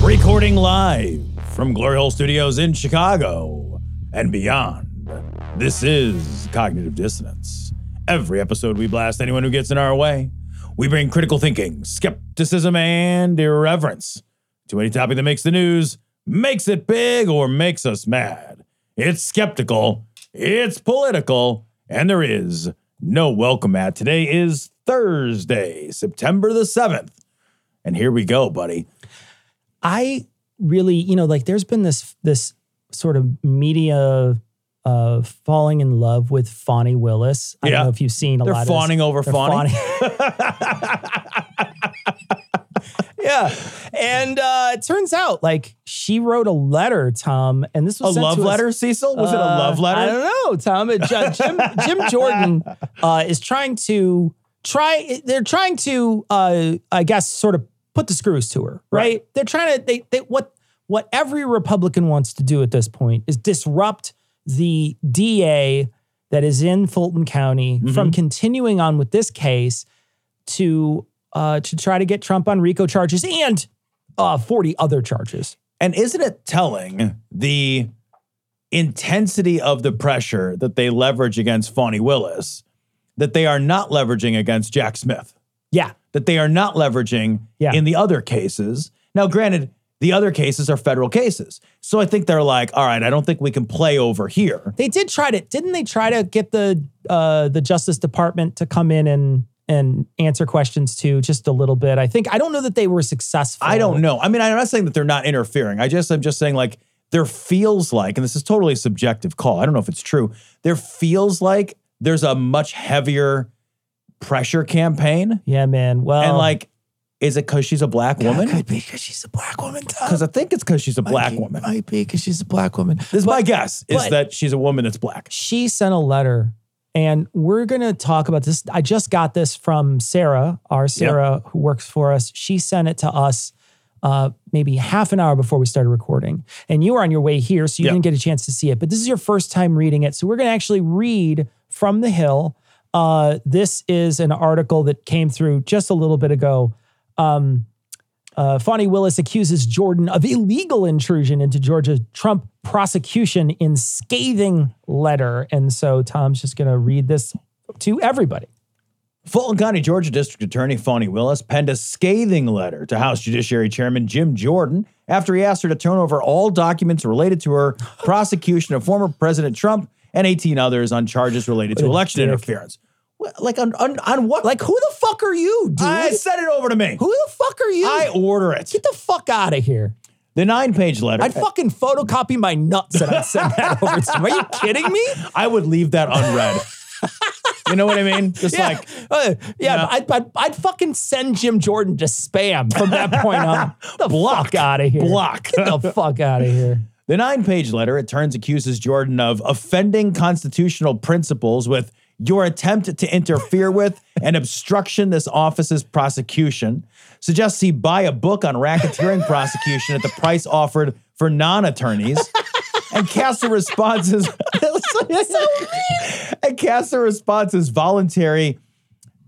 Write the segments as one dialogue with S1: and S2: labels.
S1: Recording live from Glory Hole Studios in Chicago and beyond. This is Cognitive Dissonance. Every episode, we blast anyone who gets in our way. We bring critical thinking, skepticism, and irreverence to any topic that makes the news, makes it big, or makes us mad. It's skeptical, it's political, and there is no welcome mat. Today is Thursday, September the 7th. And here we go, buddy.
S2: I really, you know, like there's been this this sort of media uh falling in love with Fawny Willis. I
S1: Yeah.
S2: don't know if you've seen a
S1: They're
S2: lot
S1: fawning
S2: of
S1: over
S2: they're
S1: fawning.
S2: fawning.
S1: yeah.
S2: and uh it turns out like she wrote a letter, Tom, and this
S1: A
S2: was sent
S1: love
S2: to us-
S1: letter, Cecil? Was it a
S2: Uh,
S1: love
S2: I
S1: letter?
S2: don't know, Tom. It- uh, Jim Jim Jordan uh is trying to try they're trying to uh I guess sort of put the screws to her, right?
S1: Right.
S2: They're trying to they they what what every Republican wants to do at this point is disrupt the DA that is in Fulton County
S1: Mm-hmm.
S2: from continuing on with this case to uh to try to get Trump on RICO charges and uh 40 other charges.
S1: And isn't it telling the intensity of the pressure that they leverage against Fawny Willis that they are not leveraging against Jack Smith?
S2: Yeah.
S1: that they are not leveraging
S2: Yeah.
S1: in the other cases. Now, granted, the other cases are federal cases. So I think they're like, all right, I don't think we can play over here.
S2: They did try to, didn't they? Try to get the uh, the Justice Department to come in and and answer questions too, just a little bit. I think I don't know that they were successful.
S1: I don't know. I mean, I'm not saying that they're not interfering. I just, I'm just saying like, there feels like, and this is totally a subjective call. I don't know if it's true. There feels like there's a much heavier pressure campaign.
S2: Yeah, man. Well,
S1: And like, is it because she's a black woman?
S3: Could be because she's a black woman. Tom.
S1: Because I think it's because she's a black
S3: Might be-
S1: woman.
S3: might be because she's a black woman.
S1: This is my guess is
S2: but-
S1: that she's a woman that's black.
S2: she sent a letter, and we're gonna talk about this. I just got this from Sarah, our Sarah who works for us. She sent it to us. Uh, maybe half an hour before we started recording. And you were on your way here, so you
S1: Yeah.
S2: didn't get a chance to see it. But this is your first time reading it. So we're going to actually read from the Hill. Uh, this is an article that came through just a little bit ago. Um, uh, Fonnie Willis accuses Jordan of illegal intrusion into Georgia Trump prosecution in scathing letter. And so Tom's just going to read this to everybody.
S1: Fulton County, Georgia District Attorney Fawny Willis penned a scathing letter to House Judiciary Chairman Jim Jordan after he asked her to turn over all documents related to her prosecution of former President Trump and 18 others on charges related to
S2: What a
S1: election
S2: dick.
S1: interference. Well, Like on, on, on what?
S2: Like, who the fuck are you, dude?
S1: I sent it over to me.
S2: who the fuck are you?
S1: I order it.
S2: Get the fuck out of here.
S1: The nine-page letter.
S2: I'd fucking photocopy my nuts and I'd send that over to him. Are you kidding me?
S1: I would leave that unread. you know what I mean? Just like
S2: Uh, yeah,
S1: No.
S2: I'd, I'd, I'd fucking send Jim Jordan to spam from that point on. Get the fuck out of here.
S1: block.
S2: Get the fuck out of here.
S1: The nine page letter, it turns, accuses Jordan of offending constitutional principles with your attempt to interfere with and obstruction this office's prosecution, suggests he buy a book on racketeering prosecution at the price offered for non attorneys. And casts the responses. and casts the responses voluntary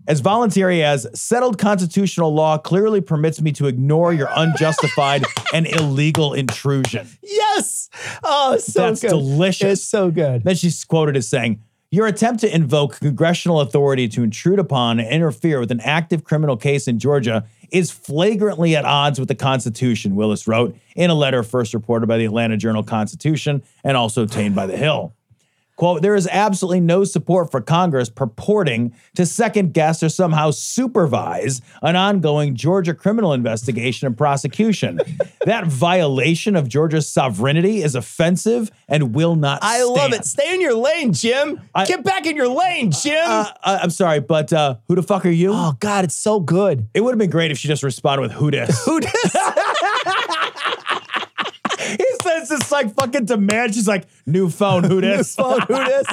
S1: as voluntary as settled constitutional law clearly permits me to ignore your unjustified and illegal intrusion.
S2: Yes. Oh, it's so
S1: That's
S2: good.
S1: delicious.
S2: It's so good.
S1: Then she's quoted as saying, Your attempt to invoke congressional authority to intrude upon and interfere with an active criminal case in Georgia is flagrantly at odds with the Constitution, Willis wrote in a letter first reported by the Atlanta Journal Constitution and also obtained by The Hill. Quote, there is absolutely no support for Congress purporting to second guess or somehow supervise an ongoing Georgia criminal investigation and prosecution. that violation of Georgia's sovereignty is offensive and will not
S3: I love
S1: stand."
S3: it. Stay in your lane, Jim.
S1: I-
S3: Get back in your lane, Jim.
S1: Uh, I- I'm sorry, but uh, who the fuck are you?
S2: Oh God, it's so good.
S1: It would have been great if she just responded with who dis.
S3: Who dis-
S1: he says it's like fucking demand. She's like, new phone, who dis?
S2: phone, who dis?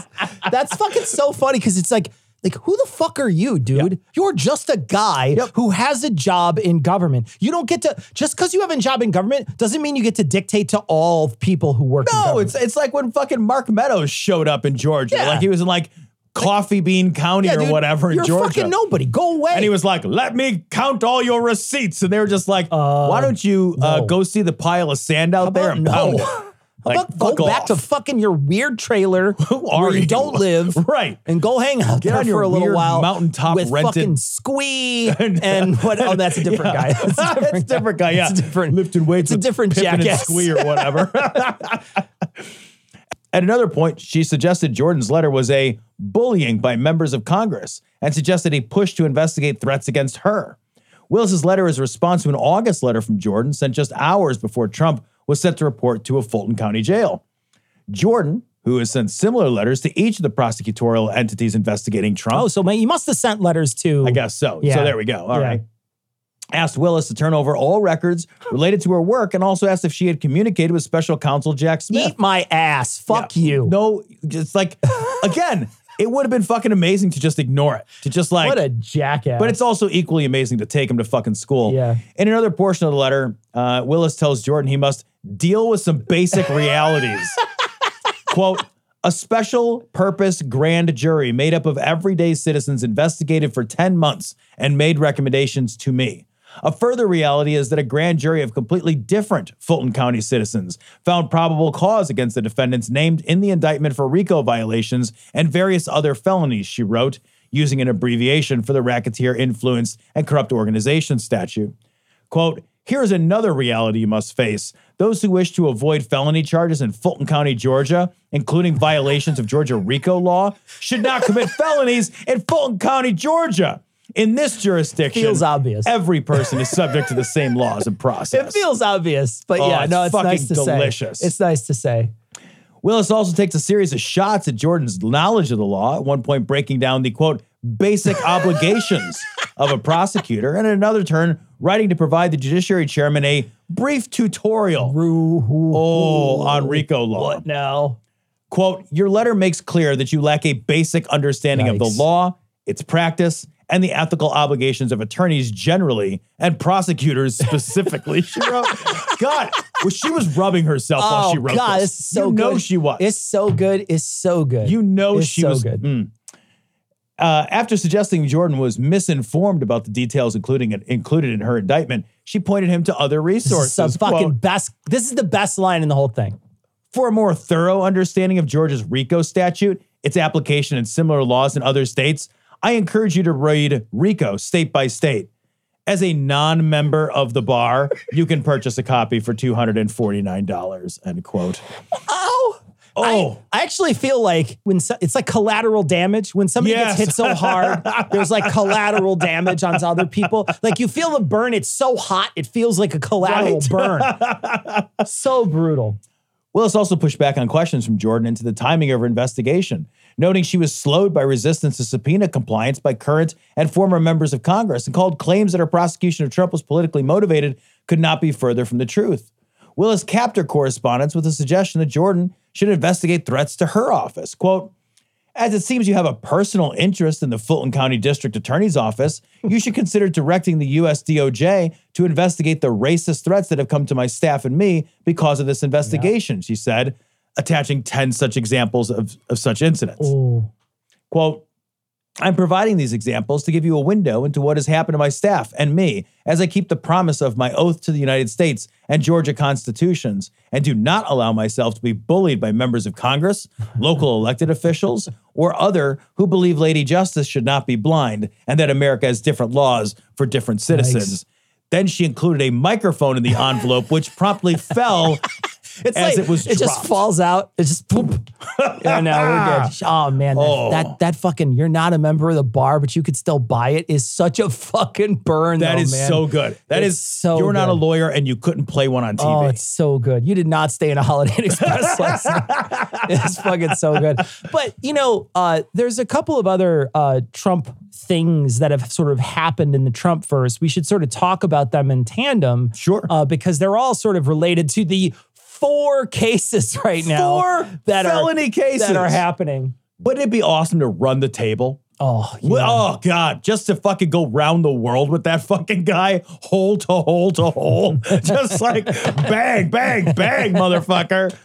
S3: That's fucking so funny because it's like,
S2: Like, who the fuck are you, dude? You're just a guy who has a job in government. You don't get to just because you have a job in government doesn't mean you get to dictate to all people who work. in
S1: No,
S2: government.
S1: it's it's like when fucking Mark Meadows showed up in Georgia.
S3: Yeah.
S1: Like he was in like Coffee Bean County
S2: Yeah,
S1: or
S2: dude,
S1: whatever in
S2: You're
S1: Georgia.
S2: fucking nobody. Go away.
S1: and he was like, "Let me count all your receipts." And they were just like, "Why don't you uh,
S2: no.
S1: go see the pile of sand out there
S2: about
S1: and
S2: no?
S1: pound it?"
S2: How
S1: Like,
S2: about
S1: fuck
S2: go back to
S1: off.
S2: fucking your weird trailer
S1: are
S2: where you,
S1: you?
S2: don't live,
S1: Right.
S2: And go hang out
S1: Get
S2: there
S1: on
S2: for
S1: your
S2: a little
S1: weird
S2: while,
S1: mountaintop
S2: with
S1: rented-
S2: fucking Squee and what? Oh, that's a different guy. That's a
S1: That's a different guy. Yeah,
S2: It's a different.
S1: lifting weights.
S2: It's a
S1: with
S2: different
S1: Pippin and
S2: jackass.
S1: Squee or whatever. At another point, she suggested Jordan's letter was a bullying by members of Congress and suggested a push to investigate threats against her. Willis's letter is a response to an August letter from Jordan sent just hours before Trump was set to report to a Fulton County jail. Jordan, who has sent similar letters to each of the prosecutorial entities investigating Trump,
S2: Oh, so man, you must have sent letters to.
S1: I guess so. So
S2: Oh, Yeah.
S1: there we go. All
S2: Yeah.
S1: right. Asked Willis to turn over all records related to her work and also asked if she had communicated with special counsel Jack Smith.
S2: Eat my ass. Fuck you.
S1: No, just like, again, it would have been fucking amazing to just ignore it, to just like,
S2: what a jackass.
S1: but it's also equally amazing to take him to fucking school.
S2: Yeah.
S1: In another portion of the letter, uh, Willis tells Jordan he must deal with some basic realities. Quote, a special purpose grand jury made up of everyday citizens investigated for 10 months and made recommendations to me. A further reality is that a grand jury of completely different Fulton County citizens found probable cause against the defendants named in the indictment for RICO violations and various other felonies, she wrote, using an abbreviation for the racketeer influenced and corrupt organization statute. Quote, here's another reality you must face. Those who wish to avoid felony charges in Fulton County, Georgia, including violations of Georgia RICO law, should not commit felonies in Fulton County, Georgia. In this jurisdiction,
S2: Feels obvious.
S1: every person is subject to the same laws and process.
S2: It feels obvious, but
S1: Oh,
S2: yeah,
S1: it's
S2: no, it's
S1: fucking
S2: nice to
S1: delicious.
S2: say. It's nice to say.
S1: Willis also takes a series of shots at Jordan's knowledge of the law, at one point breaking down the quote, basic obligations of a prosecutor, and at another turn, writing to provide the judiciary chairman a brief tutorial oh, on RICO law.
S2: What now?
S1: Quote, your letter makes clear that you lack a basic understanding of
S2: Yikes.
S1: the law, its practice, and the ethical obligations of attorneys generally and prosecutors specifically. she wrote, God, well, she was rubbing herself while she wrote
S2: Oh, God,
S1: this.
S2: it's so
S1: you
S2: good.
S1: know she was.
S2: It's so good. It's so good.
S1: You know
S2: It's
S1: she
S2: so
S1: was
S2: good.
S1: Mm. Uh, after suggesting Jordan was misinformed about the details including included in her indictment, she pointed him to other resources.
S2: This is the fucking
S1: Quote,
S2: best. This is the best line in the whole thing.
S1: For a more thorough understanding of Georgia's RICO statute, its application and similar laws in other states, I encourage you to read RICO state by state. As a non-member of the bar, you can purchase a copy for $249. End quote.
S2: Oh.
S1: Oh.
S2: I, I actually feel like when so, it's like collateral damage when somebody
S1: Yes.
S2: gets hit so hard, there's like collateral damage onto other people. Like you feel the burn; it's so hot, it feels like a collateral burn. so brutal.
S1: Willis also pushed back on questions from Jordan into the timing of her investigation, noting she was slowed by resistance to subpoena compliance by current and former members of Congress and called claims that her prosecution of Trump was politically motivated could not be further from the truth. Willis capped her correspondence with a suggestion that Jordan should investigate threats to her office. Quote, as it seems you have a personal interest in the Fulton County District Attorney's Office, you should consider directing the U.S. DOJ to investigate the racist threats that have come to my staff and me because of this investigation, she said, attaching 10 such examples of, of such incidents.
S2: Oh,
S1: Quote, I'm providing these examples to give you a window into what has happened to my staff and me as I keep the promise of my oath to the United States and Georgia constitutions and do not allow myself to be bullied by members of Congress, local elected officials, or other who believe Lady Justice should not be blind and that America has different laws for different citizens. Then she included a microphone in the envelope, which promptly fell
S2: It's
S1: as
S2: like
S1: it was
S2: just
S1: dropped.
S2: falls out. It just poop. yeah, no, we're good. Oh man, that,
S1: Oh.
S2: that that fucking you're not a member of the bar, but you could still buy it is such a fucking burn.
S1: That
S2: though,
S1: is
S2: Oh, man.
S1: so good. That
S2: It's
S1: is
S2: so
S1: You're not a
S2: good.
S1: lawyer and you couldn't play one on
S2: Oh,
S1: TV.
S2: it's so good. You did not stay in a Holiday Inn Express last night. It's fucking so good. But you know, uh, there's a couple of other uh, Trump things that have sort of happened in the Trump verse. We should sort of talk about them in tandem.
S1: Sure.
S2: Uh, because they're all sort of related to the four cases right now.
S1: Four felony
S2: are,
S1: cases.
S2: that are happening.
S1: Wouldn't it be awesome to run the table?
S2: Oh, yeah.
S1: Well, Oh God! Just to fucking go round the world with that fucking guy, hole to hole to hole, just like bang, bang, bang, motherfucker!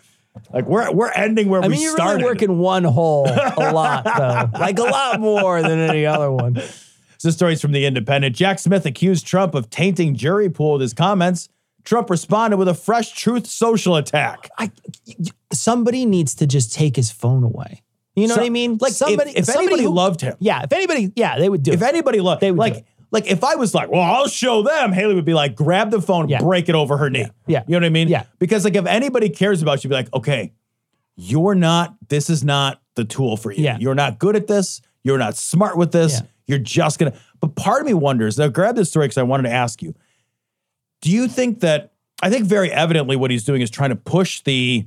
S1: Like we're we're ending where
S2: I
S1: we
S2: mean, you're
S1: started.
S2: really working one hole a lot, though, like a lot more than any other one.
S1: This story's from the Independent. Jack Smith accused Trump of tainting jury pool with his comments. Trump responded with a fresh truth social attack.
S2: I, somebody needs to just take his phone away. You know
S1: So-
S2: what I mean? Like
S1: if-
S2: somebody,
S1: if
S2: somebody
S1: anybody
S2: who-
S1: loved him.
S2: yeah. If anybody, yeah, they would do.
S1: If
S2: it.
S1: anybody loved,
S2: They would
S1: like
S2: do it.
S1: like if I was like, well, I'll show them. Haley would be like, grab the phone,
S2: Yeah.
S1: break it over her knee.
S2: Yeah.
S1: you know what I mean?
S2: Yeah.
S1: because like if anybody cares about you, be like, okay, you're not. This is not the tool for you.
S2: Yeah.
S1: you're not good at this. You're not smart with this.
S2: Yeah.
S1: You're just gonna. But part of me wonders. Now, grab this story because I wanted to ask you. Do you think that? I think very evidently what he's doing is trying to push the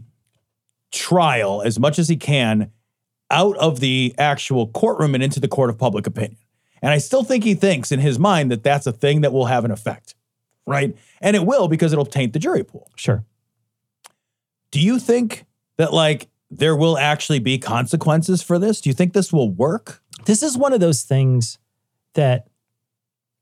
S1: trial as much as he can out of the actual courtroom and into the court of public opinion. And I still think he thinks in his mind that that's a thing that will have an effect, right? And it will because it'll taint the jury pool.
S2: sure.
S1: Do you think that like there will actually be consequences for this? Do you think this will work?
S2: This is one of those things that,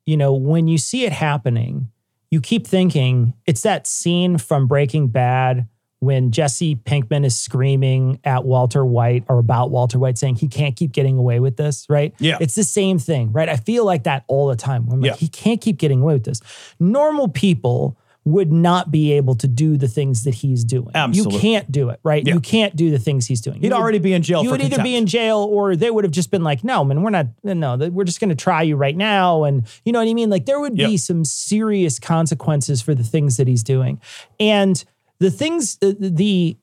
S2: you know, when you see it happening, you keep thinking it's that scene from Breaking Bad when Jesse Pinkman is screaming at Walter White or about Walter White saying he can't keep getting away with this, right?
S1: Yeah.
S2: It's the same thing, right? I feel like that all the time. I'm like,
S1: Yeah.
S2: he can't keep getting away with this. Normal people would not be able to do the things that he's doing.
S1: Absolutely.
S2: You can't do it, right?
S1: Yeah.
S2: You can't do the things he's doing.
S1: He'd
S2: You would-
S1: already be in jail
S2: you
S1: for
S2: would either be
S1: contempt.
S2: in jail or they would have just been like, no, man, we're not, no, that- we're just going to try you right now. And you know what I mean? Like there would be
S1: Yep.
S2: some serious consequences for the things that he's doing. And the things, the, the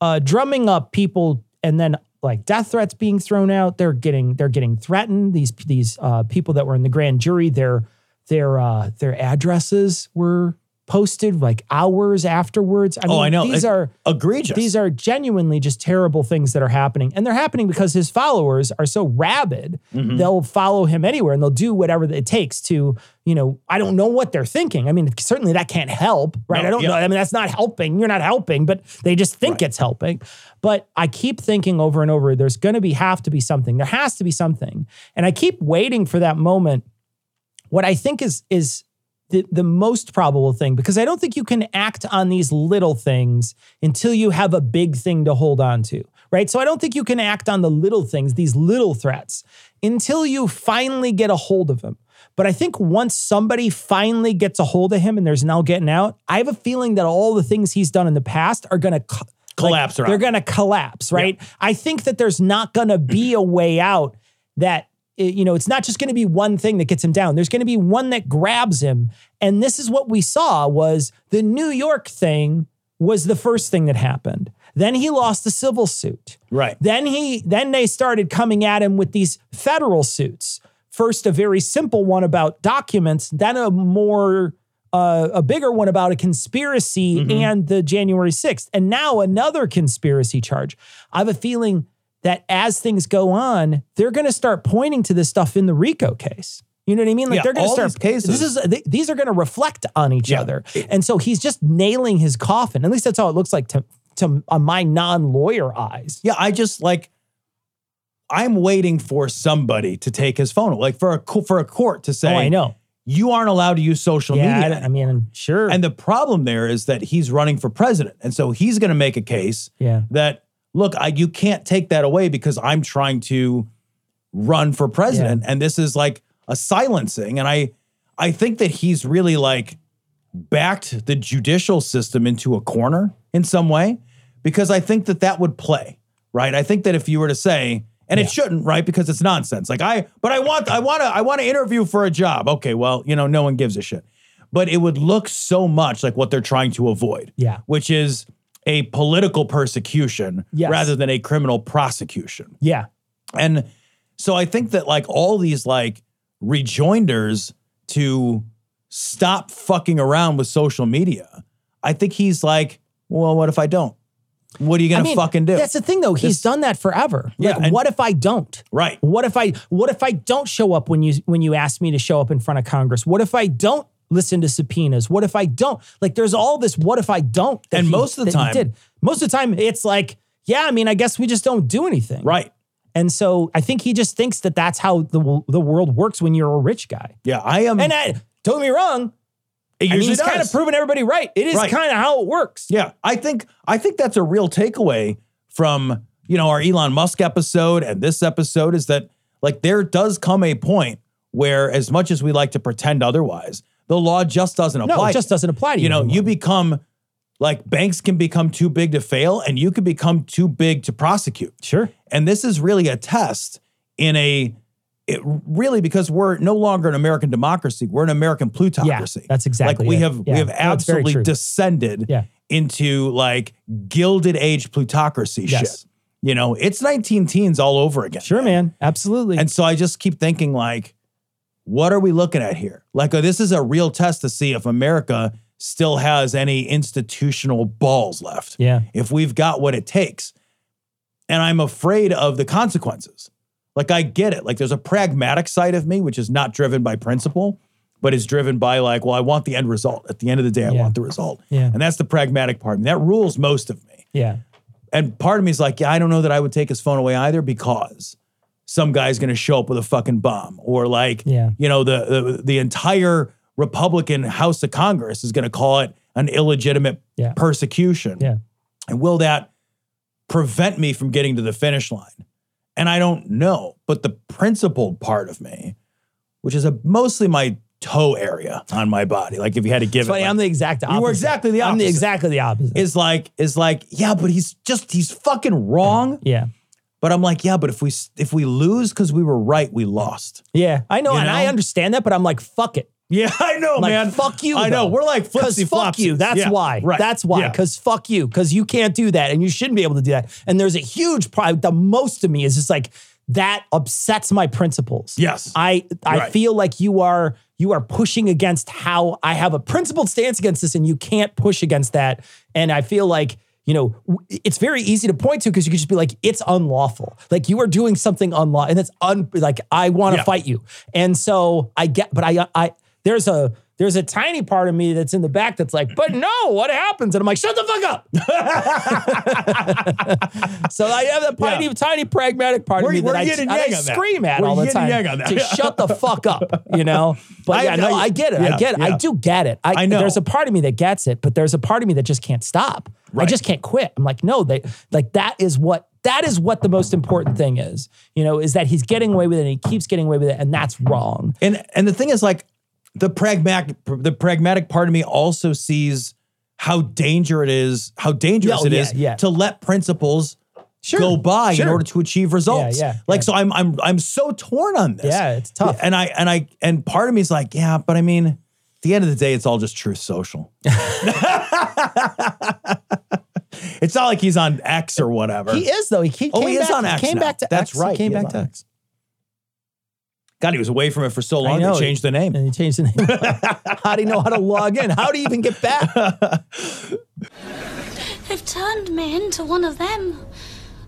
S2: uh, drumming up people and then like death threats being thrown out, they're getting, they're getting threatened. These, these uh, people that were in the grand jury, their, their, uh, their addresses were posted like hours afterwards. I
S1: Oh,
S2: mean,
S1: I know.
S2: These
S1: It-
S2: are,
S1: Egregious.
S2: these are genuinely just terrible things that are happening. And they're happening because his followers are so rabid.
S1: Mm-hmm.
S2: They'll follow him anywhere and they'll do whatever it takes to, you know, I don't know what they're thinking. I mean, certainly that can't help, right?
S1: No,
S2: I don't
S1: yeah.
S2: know. I mean, that's not helping. You're not helping, but they just think it's helping. But I keep thinking over and over there's going to be have to be something. There has to be something. And I keep waiting for that moment what I think is is the, the most probable thing because I don't think you can act on these little things until you have a big thing to hold on to, right? So I don't think you can act on the little things, these little threats, until you finally get a hold of them. But I think once somebody finally gets a hold of him and there's now getting out, I have a feeling that all the things he's done in the past are going to
S1: Collapse around.
S2: They're going to collapse, right? I think that there's not going to be a way out that uh, you know, it's not just going to be one thing that gets him down. There's going to be one that grabs him. And this is what we saw was the New York thing was the first thing that happened. Then he lost the civil suit.
S1: Right.
S2: Then he then they started coming at him with these federal suits. First a very simple one about documents, then a more uh, a bigger one about a conspiracy
S1: Mm-hmm.
S2: and the January 6th. And now another conspiracy charge. I have a feeling that as things go on, they're going to start pointing to this stuff in the RICO case. You know what I mean? Like
S1: Yeah,
S2: they're going to
S1: all
S2: start
S1: these cases.
S2: This is th- these are going to reflect on each
S1: Yeah.
S2: other, and so he's just nailing his coffin. At least that's how it looks like to to uh, my non lawyer eyes.
S1: Yeah, I just like I'm waiting for somebody to take his phone, like for a co- for a court to say,
S2: oh, I know.
S1: you aren't allowed to use social
S2: Yeah, I,
S1: media.
S2: don't- I mean, sure.
S1: And the problem there is that he's running for president, and so he's going to make a case
S2: yeah,
S1: that look, I, you can't take that away because I'm trying to run for president, and this is like a silencing. And I I think that he's really like backed the judicial system into a corner in some way because I think that that would play, right? I think that if you were to say, and it shouldn't, right? Because it's nonsense. Like I, but I want, I want to, I want to interview for a job. Okay, well, you know, no one gives a shit. But it would look so much like what they're trying to avoid.
S2: Yeah.
S1: Which is a political persecution
S2: Yes.
S1: rather than a criminal prosecution.
S2: Yeah.
S1: And so I think that like all these like rejoinders to stop fucking around with social media, I think he's like, well, what if I don't? What are you gonna
S2: I mean,
S1: fucking do?
S2: That's the thing though. He's done that forever.
S1: Yeah,
S2: like,
S1: and-
S2: what if I don't?
S1: right.
S2: What if I what if I don't show up when you when you ask me to show up in front of Congress? What if I don't listen to subpoenas? What if I don't? Like there's all this what if I don't that
S1: And
S2: he-
S1: most of the
S2: that he
S1: time-
S2: did. Most of the time it's like, yeah, I mean, I guess we just don't do anything.
S1: Right.
S2: And so I think he just thinks that that's how the wo- the world works when you're a rich guy.
S1: Yeah. I am
S2: And I don't get me wrong,
S1: it
S2: I mean,
S1: usually
S2: he's kind
S1: does.
S2: of proven everybody right. It is
S1: Right.
S2: kind of how it works.
S1: Yeah, I think I think that's a real takeaway from you know our Elon Musk episode and this episode is that like there does come a point where as much as we like to pretend otherwise, the law just doesn't apply.
S2: No, it just doesn't apply to you.
S1: You know,
S2: anymore.
S1: you become like banks can become too big to fail, and you can become too big to prosecute.
S2: sure.
S1: And this is really a test in a it really because we're no longer an American democracy. We're an American plutocracy.
S2: that's exactly
S1: like we
S2: it.
S1: have
S2: Yeah.
S1: we have
S2: No, it's very
S1: absolutely
S2: true.
S1: descended
S2: Yeah.
S1: into like gilded age plutocracy
S2: Yes.
S1: shit. You know, it's 19 teens all over again.
S2: Sure, man. Absolutely.
S1: And so I just keep thinking like, what are we looking at here? Like uh, this is a real test to see if America still has any institutional balls left
S2: yeah.
S1: if we've got what it takes. And I'm afraid of the consequences. Like, I get it. Like, there's a pragmatic side of me, which is not driven by principle, but is driven by, like, well, I want the end result. At the end of the day, I
S2: Yeah.
S1: want the result.
S2: Yeah.
S1: And that's the pragmatic part. And that rules most of me.
S2: Yeah.
S1: And part of me is like, yeah, I don't know that I would take his phone away either because some guy's going to show up with a fucking bomb or like,
S2: Yeah.
S1: you know, the, the the entire Republican House of Congress is going to call it an illegitimate
S2: Yeah.
S1: persecution.
S2: Yeah.
S1: And will that prevent me from getting to the finish line? And I don't know, but the principled part of me, which is a, mostly my toe area on my body, like if you had to give
S2: Funny,
S1: it, like,
S2: I'm the exact opposite.
S1: were exactly the
S2: I'm the
S1: opposite.
S2: exactly the opposite.
S1: is like is like yeah, but he's just he's fucking wrong.
S2: yeah.
S1: But I'm like yeah, but if we s- if we lose because we were right, we lost.
S2: Yeah. I know,
S1: You
S2: and
S1: know?
S2: I understand that, but I'm like, fuck it.
S1: Yeah, I know,
S2: Like,
S1: man.
S2: fuck you.
S1: I know.
S2: though.
S1: We're like
S2: Because
S1: flipsy
S2: fuck you. That's why.
S1: Right.
S2: That's why.
S1: Yeah.
S2: Because fuck you. Because you can't do that, and you shouldn't be able to do that. And there's a huge problem. The most of me is just like that upsets my principles.
S1: Yes.
S2: I I
S1: Right.
S2: feel like you are you are pushing against how I have a principled stance against this, and you can't push against that. And I feel like you know w- it's very easy to point to because you could just be like it's unlawful, like you are doing something unlawful, and it's un like I want to
S1: Yeah.
S2: fight you. And so I get, but I I there's a there's a tiny part of me that's in the back that's like, but no, what happens? And I'm like, shut the fuck up. so I have that tiny,
S1: Yeah.
S2: tiny pragmatic part
S1: We're-
S2: of me
S1: we're
S2: that I,
S1: yin and
S2: that I
S1: yang on that.
S2: scream at
S1: We're
S2: all the
S1: yin and yang on
S2: time
S1: that.
S2: to shut the fuck up, you know? But
S1: I-
S2: yeah, no,
S1: I-
S2: I get it.
S1: yeah,
S2: I get it.
S1: yeah.
S2: I do get it. I,
S1: I know.
S2: There's a part of me that gets it, but there's a part of me that just can't stop. I
S1: Right.
S2: just can't quit. I'm like, no, they, like that is what that is what the most important thing is, you know, is that he's getting away with it and he keeps getting away with it, and that's wrong.
S1: And and the thing is, like, the pragmatic the pragmatic part of me also sees how danger it is, how dangerous
S2: Yeah,
S1: it
S2: yeah,
S1: is
S2: yeah.
S1: to let principles
S2: Sure,
S1: go by
S2: sure.
S1: in order to achieve results.
S2: yeah,
S1: like
S2: yeah.
S1: so, I'm I'm I'm so torn on this.
S2: Yeah, it's tough.
S1: And I and I and part of me is like, yeah, but I mean, at the end of the day, it's all just Truth Social. it's not like he's on X or whatever.
S2: He is though. He, he
S1: Oh,
S2: came
S1: he is
S2: back,
S1: on
S2: he
S1: X.
S2: Came
S1: now.
S2: back to
S1: That's
S2: X. He
S1: right.
S2: Came
S1: he is
S2: back to
S1: on X. God, he was away from it for so long.
S2: know.
S1: They changed the name.
S2: And he changed the name. how do you know how to log in? How do you even get back?
S4: They've turned me into one of them.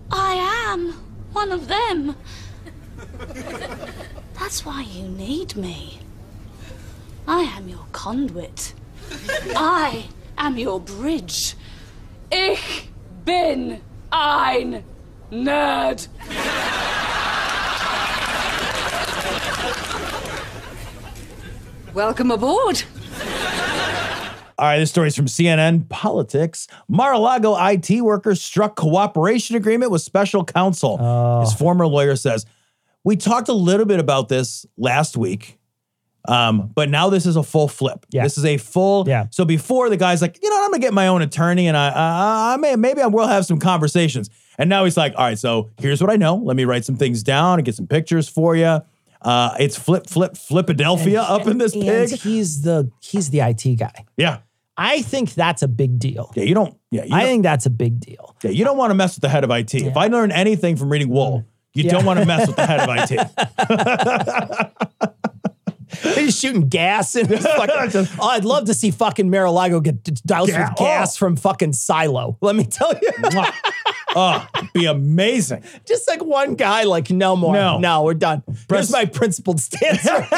S4: I am one of them. That's why you need me. I am your conduit. I am your bridge. Ich bin ein Nerd. Welcome aboard.
S1: All right, this story's from CNN Politics. Mar-a-Lago IT workers struck cooperation agreement with special counsel.
S2: Oh.
S1: His former lawyer says, "We talked a little bit about this last week, um, but now this is a full flip.
S2: Yeah.
S1: This is a full.
S2: Yeah.
S1: So before the guy's like, you know, what, I'm gonna get my own attorney, and I, I, I may, maybe I will have some conversations. And now he's like, all right, so here's what I know. Let me write some things down and get some pictures for you. Uh, it's flip, flip, flipadelphia up in this
S2: and
S1: pig.
S2: he's the he's the IT guy.
S1: Yeah."
S2: I think that's a big deal.
S1: Yeah, you don't. Yeah, you
S2: I
S1: don't,
S2: think that's a big deal.
S1: yeah, you don't want to mess with the head of IT. If I learn anything from reading Wool, you
S2: Mm. Yeah.
S1: don't want to mess with the head of IT.
S2: They're just shooting gas and fucking. oh, I'd love to see fucking Mar-a-Lago get d- doused
S1: Yeah.
S2: with gas
S1: Oh.
S2: from fucking Silo. Let me tell you,
S1: oh, it'd be amazing.
S2: just like one guy, like no more,
S1: No.
S2: we're done.
S1: Press-
S2: Here's my principled stance.
S1: I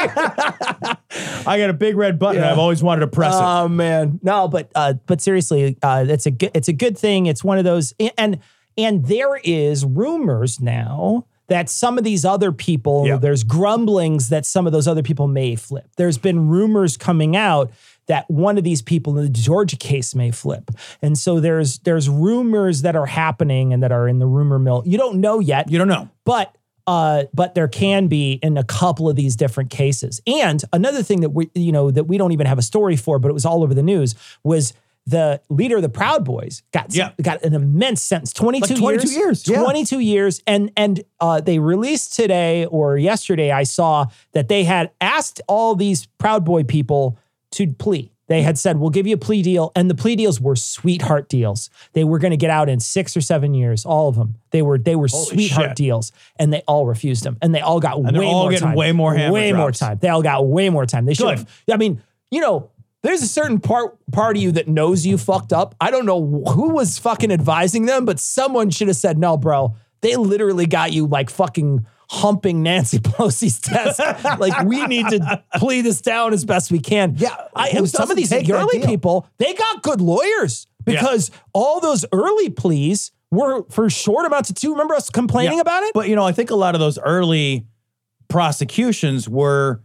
S1: got a big red button.
S2: Yeah.
S1: I've always wanted to press it.
S2: Oh man, no, but uh, but seriously, uh, it's a good, it's a good thing. It's one of those, and and there is rumors now that some of these other people,
S1: Yeah.
S2: there's grumblings that some of those other people may flip. There's been rumors coming out that one of these people in the Georgia case may flip, and so there's there's rumors that are happening and that are in the rumor mill. You don't know yet
S1: You don't know.
S2: but uh, but there can be in a couple of these different cases. And another thing that we you know that we don't even have a story for, but it was all over the news was the leader of the Proud Boys got
S1: Yeah.
S2: got an immense sentence 22,
S1: Like 22 years, yeah.
S2: 22 years and and uh, they released today or yesterday I saw that they had asked all these Proud Boy people to plea. They had said, "We'll give you a plea deal," and the plea deals were sweetheart deals. They were going to get out in six or seven years, all of them. They were they were sweetheart
S1: shit.
S2: deals, and they all refused them, and they all got
S1: they're
S2: way
S1: all
S2: more
S1: getting
S2: time,
S1: way more hammer
S2: way more
S1: drops.
S2: time. They all got way more time. They should.
S1: Good.
S2: have I mean, you know, there's a certain part part of you that knows you fucked up. I don't know who was fucking advising them, but someone should have said, "No, bro, they literally got you like fucking." Humping Nancy Pelosi's desk, like we need to plea this down as best we can.
S3: Yeah,
S2: I,
S3: who
S2: and some of
S3: doesn't
S2: these
S3: take that
S2: early
S3: deal?
S2: people, they got good lawyers because all those early pleas were for short amounts of two. Remember us complaining
S1: Yeah.
S2: about it?
S1: But you know, I think a lot of those early prosecutions were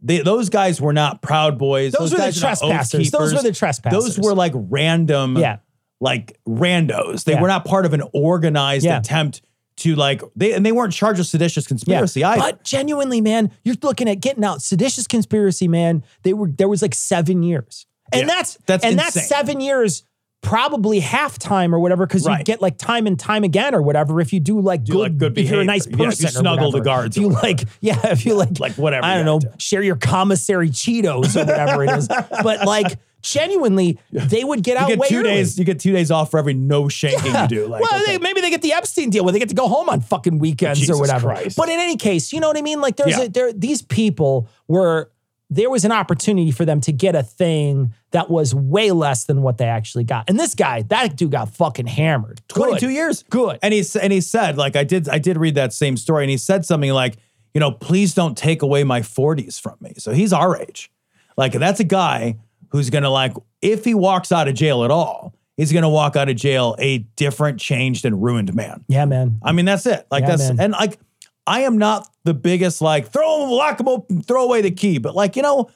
S1: they, those guys were not proud boys.
S2: Those were the
S1: guys not oath
S2: trespassers. Those were
S1: keepers.
S2: the trespassers.
S1: Those were like random,
S2: Yeah.
S1: like randos. They
S2: Yeah.
S1: were not part of an organized
S2: Yeah.
S1: attempt to like they and they weren't charged with seditious conspiracy either.
S2: But genuinely, man, you're looking at getting out seditious conspiracy, man. They were there was like seven years, and
S1: Yeah,
S2: that's
S1: that's
S2: and
S1: insane.
S2: that's seven years, probably half time or whatever, because you
S1: Right.
S2: get like time and time again or whatever if you do like good,
S1: like, good
S2: if you're a nice person,
S1: behavior. Yeah, if you
S2: or
S1: snuggle the
S2: whatever.
S1: guards
S2: If you
S1: or whatever.
S2: like, yeah, if you like,
S1: Like, whatever
S2: I
S1: you
S2: don't know,
S1: gotta
S2: share your commissary Cheetos or whatever it is, but like genuinely, they would get out
S1: you
S2: way
S1: get two
S2: early.
S1: days, you get two days off for every no shanking you do. Like
S2: well,
S1: okay.
S2: they, maybe they get the Epstein deal where they get to go home on fucking weekends
S1: Jesus
S2: or whatever.
S1: Christ.
S2: But in any case, you know what I mean? Like there's
S1: Yeah.
S2: a, there these people were there was an opportunity for them to get a thing that was way less than what they actually got. And this guy, that dude got fucking hammered. Good.
S1: 22 years.
S2: Good.
S1: And he s- and he said like I did I did read that same story and he said something like, you know, please don't take away my 40s from me. So he's our age. Like that's a guy who's going to like if he walks out of jail at all, he's going to walk out of jail a different changed and ruined man.
S2: Yeah, man.
S1: I mean, that's it. Like
S2: Yeah,
S1: that's
S2: man.
S1: and like I am not the biggest like throw them lock them up and throw away the key, but like you know,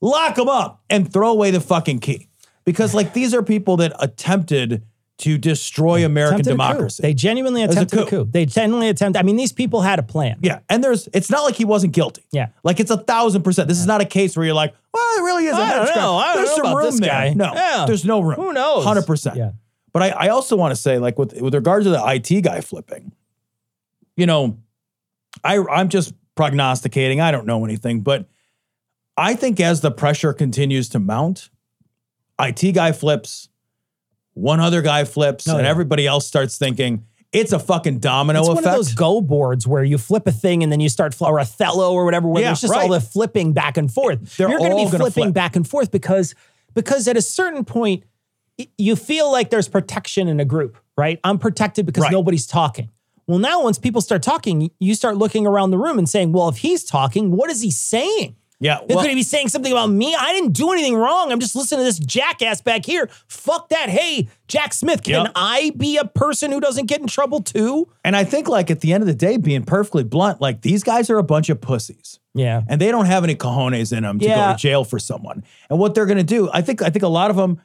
S1: lock them up and throw away the fucking key because like these are people that attempted to destroy American
S2: Attempted a coup.
S1: democracy.
S2: They genuinely
S1: was a
S2: attempted a coup.
S1: coup.
S2: They genuinely attempt. I mean, these people had a plan.
S1: yeah, and there's it's not like he wasn't guilty.
S2: Yeah.
S1: like it's a thousand percent. This is not a case where you're like, well, it really is. a
S2: I
S1: hedge
S2: don't know.
S1: crime.
S2: I don't
S1: there's
S2: know
S1: some
S2: about
S1: room
S2: this
S1: there.
S2: guy.
S1: No,
S2: Yeah.
S1: there's no room.
S2: Who knows?
S1: Hundred percent.
S2: Yeah.
S1: But I, I also want to say, like with with regards to the IT guy flipping, you know, I I'm just prognosticating. I don't know anything, but I think as the pressure continues to mount, IT guy flips, one other guy flips,
S2: No,
S1: and
S2: Oh, yeah.
S1: everybody else starts thinking it's a fucking domino
S2: it's
S1: effect.
S2: one of those go boards where you flip a thing and then you start fl- or Othello or whatever. Where
S1: Yeah,
S2: there's just
S1: right.
S2: all the flipping back and forth.
S1: They're
S2: You're going
S1: all
S2: to be
S1: gonna
S2: flipping
S1: flip.
S2: back and forth because because at a certain point y- you feel like there's protection in a group, right? I'm protected because
S1: Right.
S2: nobody's talking. Well, now once people start talking, you start looking around the room and saying, "Well, if he's talking, what is he saying?"
S1: yeah,
S2: Well,
S1: well,
S2: could he be saying something about me? I didn't do anything wrong. I'm just listening to this jackass back here. Fuck that. Hey, Jack Smith, can
S1: Yep.
S2: I be a person who doesn't get in trouble too?
S1: and I think like at the end of the day, being perfectly blunt, like these guys are a bunch of pussies.
S2: Yeah.
S1: and they don't have any cojones in them to go
S2: Yeah.
S1: to jail for someone. And what they're going to do, I think, I think a lot of them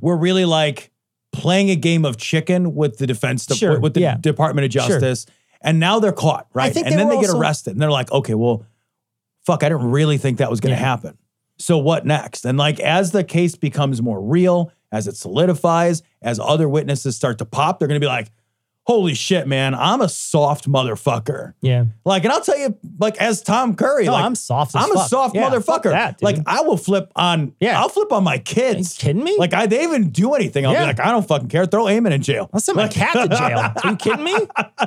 S1: were really like playing a game of chicken with the defense, de-
S2: Sure,
S1: with the
S2: yeah.
S1: Department of
S2: Sure.
S1: Justice, and now they're caught, right?
S2: think
S1: and
S2: they
S1: then
S2: were
S1: they get
S2: also-
S1: arrested, and they're like, okay, well, fuck, I didn't really think that was going to
S2: Yeah.
S1: happen. So what next? And like as the case becomes more real, as it solidifies, as other witnesses start to pop, they're going to be like. holy shit, man, I'm a soft motherfucker.
S2: Yeah.
S1: Like, and I'll tell you, like, as Tom Curry,
S2: No,
S1: like,
S2: I'm soft as
S1: I'm a
S2: fuck.
S1: soft
S2: Yeah,
S1: motherfucker.
S2: fuck that, dude.
S1: like, I will flip on.
S2: Yeah.
S1: I'll flip on my kids.
S2: Are you kidding me?
S1: Like, I they even do anything. I'll
S2: Yeah.
S1: be like, I don't fucking care. Throw Eamon in jail.
S2: I'll send my
S1: Like,
S2: cat to jail. Are you kidding me?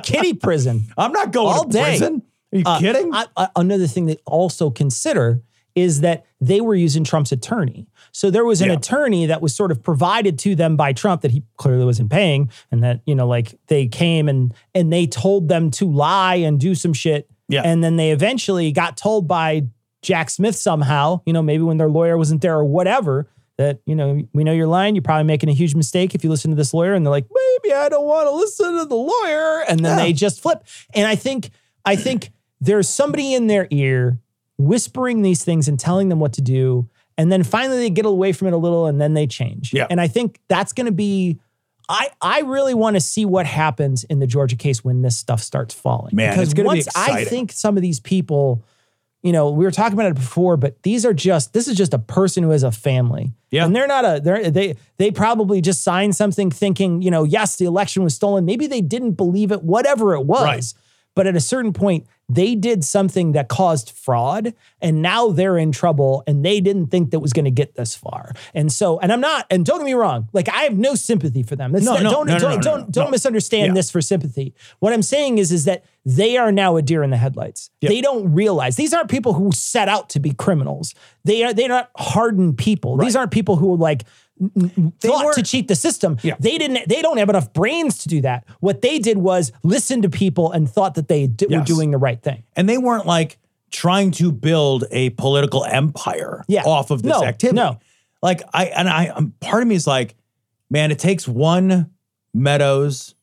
S2: Kitty prison.
S1: I'm not going
S2: All
S1: to
S2: day.
S1: prison. Are you
S2: Uh,
S1: kidding?
S2: I, I- another thing that also consider is that they were using Trump's attorney. So there was an
S1: Yeah.
S2: attorney that was sort of provided to them by Trump that he clearly wasn't paying and that, you know, like they came and and they told them to lie and do some shit.
S1: Yeah.
S2: And then they eventually got told by Jack Smith somehow, you know, maybe when their lawyer wasn't there or whatever, that, you know, we know you're lying. You're probably making a huge mistake if you listen to this lawyer. And they're like, maybe I don't want to listen to the lawyer. And then
S1: Yeah.
S2: they just flip. And I think, I think there's somebody in their ear whispering these things and telling them what to do. And then finally they get away from it a little and then they change.
S1: Yeah.
S2: And I think that's going to be. I, I really want to see what happens in the Georgia case when this stuff starts falling.
S1: Man,
S2: because
S1: it's gonna be
S2: once I
S1: exciting.
S2: think some of these people you know, we were talking about it before, but these are just this is just a person who has a family.
S1: Yeah.
S2: And they're not a they're they they probably just signed something thinking, you know, yes, the election was stolen. Maybe they didn't believe it, whatever it was.
S1: Right.
S2: But at a certain point, they did something that caused fraud and now they're in trouble and they didn't think that was going to get this far. And so, and I'm not, and don't get me wrong, like I have no sympathy for them. That's
S1: No,
S2: not-
S1: no,
S2: don't,
S1: no, no,
S2: don't,
S1: no, no,
S2: don't,
S1: no,
S2: don't
S1: no.
S2: misunderstand
S1: Yeah.
S2: this for sympathy. What I'm saying is, is that they are now a deer in the headlights. They don't realize these aren't people who set out to be criminals. They are they're not hardened people. These aren't people who like n- n- thought to
S1: were-
S2: cheat the system.
S1: Yeah.
S2: They didn't. They don't have enough brains to do that. What they did was listen to people and thought that they d- were
S1: Yes.
S2: doing the right thing.
S1: and they weren't like trying to build a political empire
S2: Yeah.
S1: off of this
S2: No,
S1: activity.
S2: no.
S1: Like I and I um, part of me is like, man, it takes one Meadows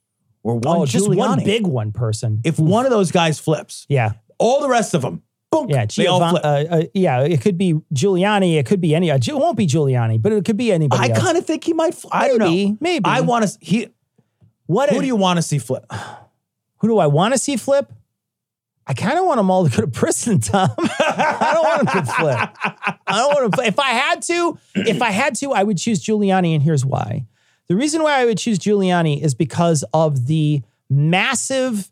S1: or one
S2: oh, just one
S1: Giuliani.
S2: big one person.
S1: if one of those guys flips,
S2: yeah.
S1: all the rest of them, boom,
S2: Yeah,
S1: they all
S2: Giovan-
S1: flip.
S2: uh, uh, yeah, it could be Giuliani. It could be any. uh, It won't be Giuliani, but it could be anybody.
S1: I
S2: else.
S1: kind of think he might. Fl- I don't
S2: Maybe,
S1: know.
S2: maybe.
S1: I want to. He.
S2: What
S1: Who do you want to see flip?
S2: who do I want to see flip? I kind of want them all to go to prison, Tom. I don't want them to flip. I don't want to. If I had to, if I had to, I would choose Giuliani, and here's why. The reason why I would choose Giuliani is because of the massive,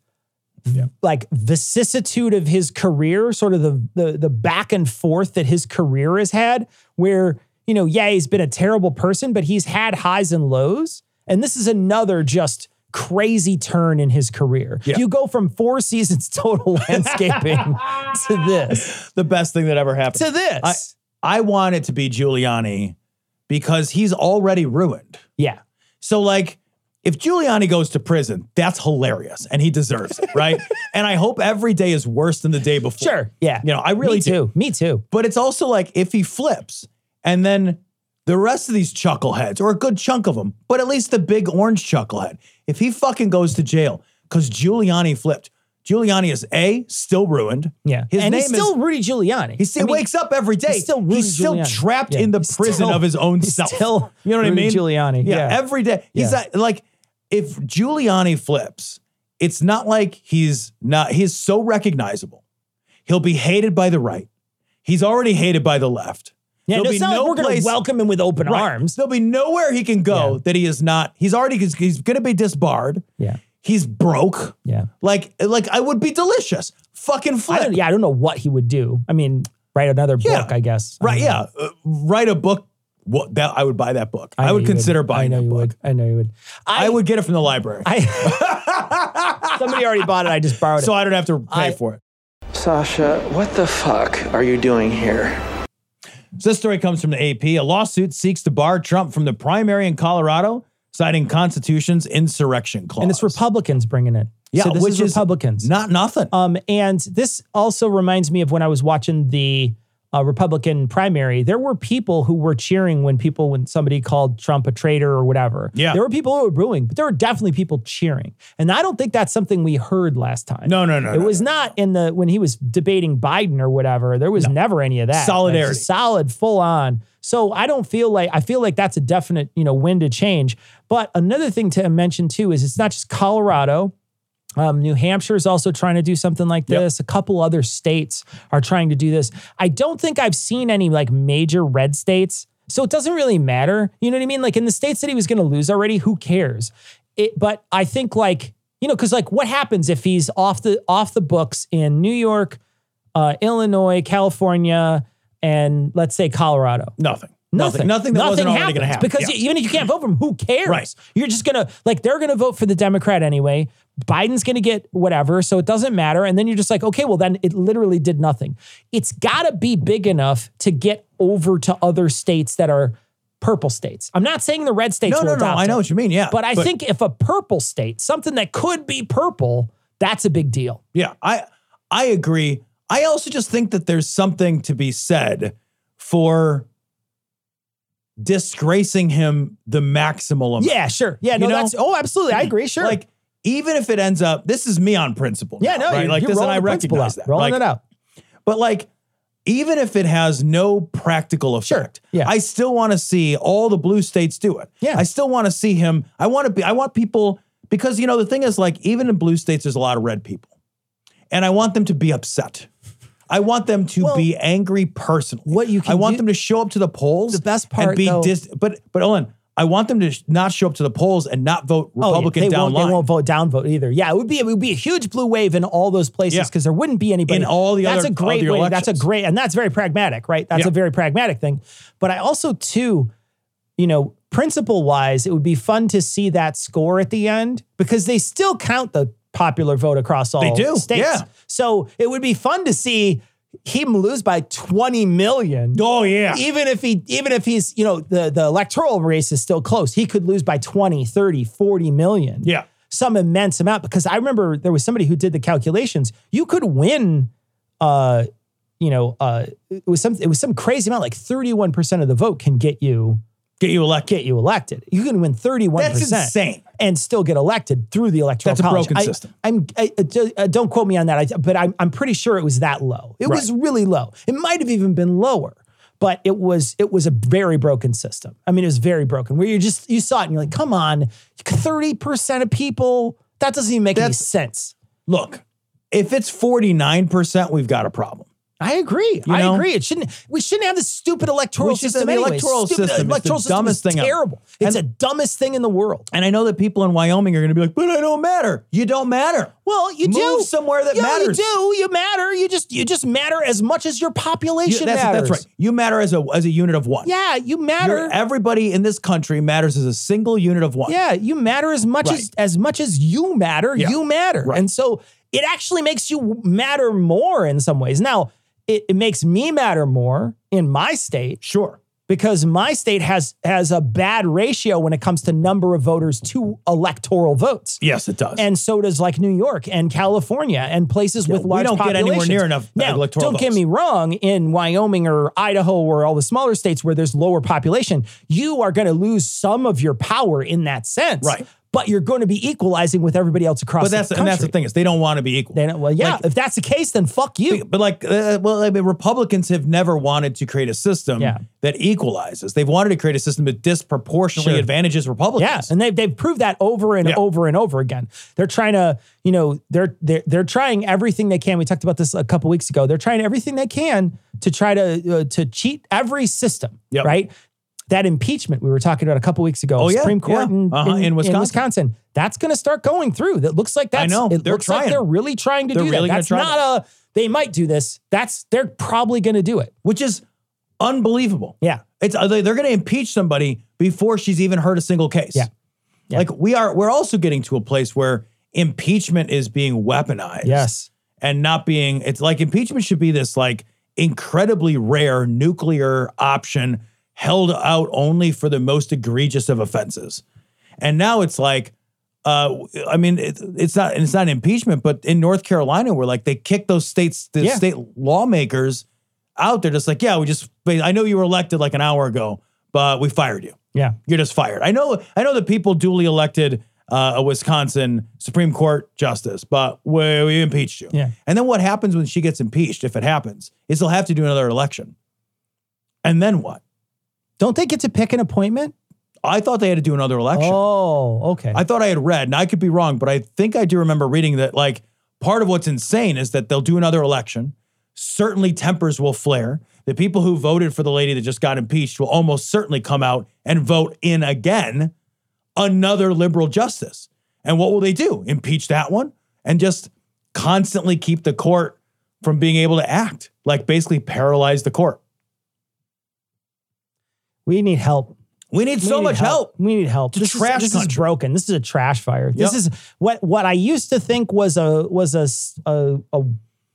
S2: like vicissitude of his career, sort of the the the back and forth that his career has had, where you know, yeah, he's been a terrible person, but he's had highs and lows, and this is another just crazy turn in his career. You go from four seasons total landscaping to this
S1: The best thing that ever happened.
S2: to this.
S1: I, I want it to be Giuliani because he's already ruined.
S2: yeah.
S1: So like if Giuliani goes to prison, that's hilarious and he deserves it, right? and I hope every day is worse than the day before.
S2: Sure. Yeah.
S1: You know, I really
S2: Me
S1: do.
S2: too. Me too.
S1: But it's also like if he flips and then the rest of these chuckleheads, or a good chunk of them, but at least the big orange chucklehead, if he fucking goes to jail because Giuliani flipped, Giuliani is A, still ruined.
S2: Yeah.
S1: His
S2: and
S1: name
S2: he's still
S1: is.
S2: Rudy Giuliani.
S1: He still
S2: I mean,
S1: wakes up every day.
S2: he's still Rudy
S1: he's still
S2: Giuliani.
S1: trapped
S2: Yeah.
S1: in the
S2: He's
S1: prison
S2: still-
S1: of his own
S2: he's
S1: self.
S2: still
S1: you know what
S2: Rudy
S1: I mean?
S2: Giuliani. Yeah.
S1: every day. He's
S2: Yeah.
S1: not like if Giuliani flips, it's not like he's not he's so recognizable. He'll be hated by the right. He's already hated by the left.
S2: Yeah,
S1: There'll
S2: no,
S1: be
S2: it's not like
S1: no
S2: we're going
S1: place-
S2: to welcome him with open
S1: Right.
S2: arms.
S1: There'll be nowhere he can go
S2: Yeah.
S1: that he is not. He's already he's, he's going to be disbarred.
S2: Yeah.
S1: He's broke.
S2: Yeah.
S1: Like like I would be delicious. Fucking
S2: I
S1: flip.
S2: don't, yeah, I don't know what he would do. I mean, write another
S1: Yeah.
S2: book, I guess. I
S1: Right?
S2: don't know.
S1: Yeah. Uh, write a book. What that I would buy that book. I,
S2: know
S1: would
S2: you
S1: consider buying
S2: I know
S1: that
S2: you
S1: book.
S2: would. I know you would.
S1: I, would get it from the library,
S2: I somebody already bought it. I just borrowed it.
S1: so I don't have to pay
S2: I-
S1: for it.
S5: Sasha, what the fuck are you doing here?
S1: So this story comes from the AP. A lawsuit seeks to bar Trump from the primary in Colorado, citing Constitution's insurrection clause.
S2: and it's Republicans bringing it.
S1: Yeah,
S2: so this
S1: which
S2: is
S1: is
S2: Republicans.
S1: Not nothing.
S2: Um, and this also reminds me of when I was watching the uh, Republican primary. There were people who were cheering when people when somebody called Trump a traitor or whatever.
S1: Yeah.
S2: there were people who were booing, but there were definitely people cheering. And I don't think that's something we heard last time.
S1: No, no, no,
S2: It
S1: no,
S2: was not in the when he was debating Biden or whatever. There was never any of that Like,
S1: Solidarity.
S2: just solid, full on. So I don't feel like I feel like that's a definite you know win to change. But another thing to mention too is it's not just Colorado. Um, New Hampshire is also trying to do something like this. A couple other states are trying to do this. I don't think I've seen any like major red states. So it doesn't really matter. You know what I mean? Like in the states that he was going to lose already, who cares? It, but I think like you know, because like what happens if he's off the off the books in New York, uh, Illinois, California, and let's say Colorado?
S1: Nothing. Nothing. Nothing that wasn't already going to
S2: happens
S1: happen.
S2: Because
S1: Yeah.
S2: even if you can't vote for him, who cares?
S1: Right.
S2: You're just going to, like, they're going to vote for the Democrat anyway. Biden's going to get whatever. So it doesn't matter. And then you're just like, okay, well, then it literally did nothing. It's got to be big enough to get over to other states that are purple states. I'm not saying the red states
S1: no,
S2: will
S1: no, no.
S2: adopt
S1: I know
S2: it.
S1: what you mean. Yeah.
S2: But I think if a purple state, something that could be purple, that's a big deal.
S1: Yeah, I I agree. I also just think that there's something to be said for disgracing him the maximal amount.
S2: Yeah, sure. Yeah, no,
S1: Um, You know?
S2: that's, oh, absolutely. I agree. Sure.
S1: Like even if it ends up, this is me on principle. now,
S2: yeah, no,
S1: right?
S2: you're,
S1: like
S2: you're
S1: this, and
S2: rolling
S1: I
S2: the principle
S1: recognize
S2: out,
S1: that.
S2: Rolling
S1: Like,
S2: it out.
S1: But like, even if it has no practical effect,
S2: Yeah.
S1: I still want to see all the blue states do it.
S2: Yeah.
S1: I still want to see him. I want to be. I want people because you know the thing is like even in blue states, there's a lot of red people, and I want them to be upset. I want them to be angry personally.
S2: what you can
S1: I want
S2: do-
S1: them to show up to the polls.
S2: The best
S1: and
S2: part,
S1: be
S2: though-
S1: dis- but but Owen, I want them to sh- not show up to the polls and not vote
S2: Oh, yeah,
S1: Republican
S2: they
S1: down
S2: won't,
S1: line.
S2: They won't vote downvote either. Yeah, it would be it would be a huge blue wave in all those places
S1: Yeah.
S2: because there wouldn't be anybody
S1: In all the
S2: That's
S1: other-
S2: a great
S1: other
S2: way. That's a
S1: elections.
S2: great and that's very pragmatic, right? That's
S1: Yeah.
S2: a very pragmatic thing. But I also too, you know, principle wise, it would be fun to see that score at the end because they still count the popular vote across all
S1: They do,
S2: states.
S1: yeah.
S2: So it would be fun to see him lose by 20 million
S1: Oh yeah.
S2: even if he even if he's you know the the electoral race is still close he could lose by 20 30 40 million
S1: Yeah.
S2: some immense amount because i remember there was somebody who did the calculations you could win uh you know uh it was some it was some crazy amount like 31% of the vote can get you
S1: Get you elected.
S2: get you elected you can win 31%
S1: That's insane.
S2: and still get elected through the electoral
S1: That's a
S2: college.
S1: broken
S2: I-
S1: system.
S2: I'm I, uh, d- uh, don't quote me on that, I, but I'm I'm pretty sure it was that low. It was really low. It might have even been lower, but it was it was a very broken system. I mean, it was very broken. Where you just you saw it and you're like, come on, thirty percent of people. That doesn't even make
S1: That's-
S2: any sense.
S1: Look, if it's 49%, we've got a problem.
S2: I agree.
S1: You
S2: I
S1: know?
S2: agree. It shouldn't. We shouldn't have this stupid electoral
S1: We should-
S2: system.
S1: the
S2: anyway.
S1: electoral
S2: Stupid
S1: system is the
S2: electoral system
S1: dumbest
S2: is
S1: thing ever.
S2: Terrible. It's the dumbest thing in the world.
S1: And I know that people in Wyoming are going to be like, but I don't matter. You don't matter.
S2: Well, you
S1: Move
S2: do
S1: somewhere that
S2: yeah,
S1: matters.
S2: You do. You matter. You just you just matter as much as your
S1: You-
S2: population
S1: that's,
S2: matters.
S1: that's right. You matter as a as a unit of one.
S2: Yeah, you
S1: You're-
S2: matter.
S1: everybody in this country matters as a single unit of one.
S2: yeah, you matter as much
S1: Right.
S2: as as much as you matter.
S1: Yeah.
S2: You matter,
S1: Right.
S2: and so it actually makes you matter more in some ways. Now, it, it makes me matter more in my state
S1: Sure.
S2: because my state has has a bad ratio when it comes to number of voters to electoral votes.
S1: Yes, it does.
S2: and so does like New York and California and places with
S1: we
S2: large
S1: don't get anywhere
S2: populations.
S1: near enough
S2: Now,
S1: electoral
S2: don't get
S1: votes.
S2: me wrong. In Wyoming or Idaho or all the smaller states where there's lower population, you are going to lose some of your power in that sense.
S1: Right.
S2: But you're going to be equalizing with everybody else across.
S1: but that's
S2: the
S1: and that's the
S2: country.
S1: thing is they don't want to be equal.
S2: They don't- well, yeah.
S1: Like-
S2: if that's the case, then fuck you.
S1: but like, uh, well, I mean, Republicans have never wanted to create a system
S2: Yeah.
S1: that equalizes. They've wanted to create a system that disproportionately
S2: Sure.
S1: advantages
S2: Yeah,
S1: Republicans.
S2: and they've they've proved that over and
S1: Yeah.
S2: over and over again. They're trying to, you know, they're they're they're trying everything they can. We talked about this a couple weeks ago. They're trying everything they can to try to uh, to cheat every system,
S1: Yep.
S2: right? That impeachment we were talking about a couple weeks ago,
S1: Oh, yeah,
S2: Supreme Court
S1: yeah.
S2: In,
S1: Uh-huh,
S2: in-
S1: in
S2: in
S1: Wisconsin.
S2: Wisconsin. that's going to start going through. That looks like that's
S1: know,
S2: it
S1: they're
S2: looks like
S1: trying.
S2: they're really trying to
S1: They're
S2: do
S1: really
S2: that.
S1: gonna
S2: That's
S1: try
S2: not a they might do this. That's they're probably going to do it.
S1: which is unbelievable.
S2: Yeah.
S1: It's uh, they- they're going to impeach somebody before she's even heard a single case.
S2: Yeah. Yeah.
S1: Like we are we're also getting to a place where impeachment is being weaponized.
S2: Yes.
S1: And not being it's like impeachment should be this like incredibly rare nuclear option held out only for the most egregious of offenses. And now it's like uh, I mean, it, it's not it's not an impeachment, but in North Carolina, where like they kick those states, the
S2: Yeah.
S1: state lawmakers out there, just like, yeah, we just, I know you were elected like an hour ago, but we fired you.
S2: Yeah.
S1: You're just fired. I know, I know the people duly elected uh, a Wisconsin Supreme Court justice, but we, we impeached you.
S2: Yeah.
S1: And then what happens when she gets impeached, if it happens, is they'll have to do another election. And then what?
S2: Don't they get to pick an appointment?
S1: I thought they had to do another election.
S2: Oh, okay.
S1: I thought I had read, and I could be wrong, but I think I do remember reading that like part of what's insane is that they'll do another election. Certainly tempers will flare. The people who voted for the lady that just got impeached will almost certainly come out and vote in again another liberal justice. And what will they do? Impeach that one and just constantly keep the court from being able to act, like basically paralyze the court.
S2: We need help.
S1: We need
S2: We
S1: so
S2: need
S1: much help.
S2: We need help.
S1: a
S2: This, is-
S1: trash
S2: this is,
S1: country.
S2: broken. This is a trash fire. This
S1: Yep.
S2: is what what I used to think was a was a s- a, a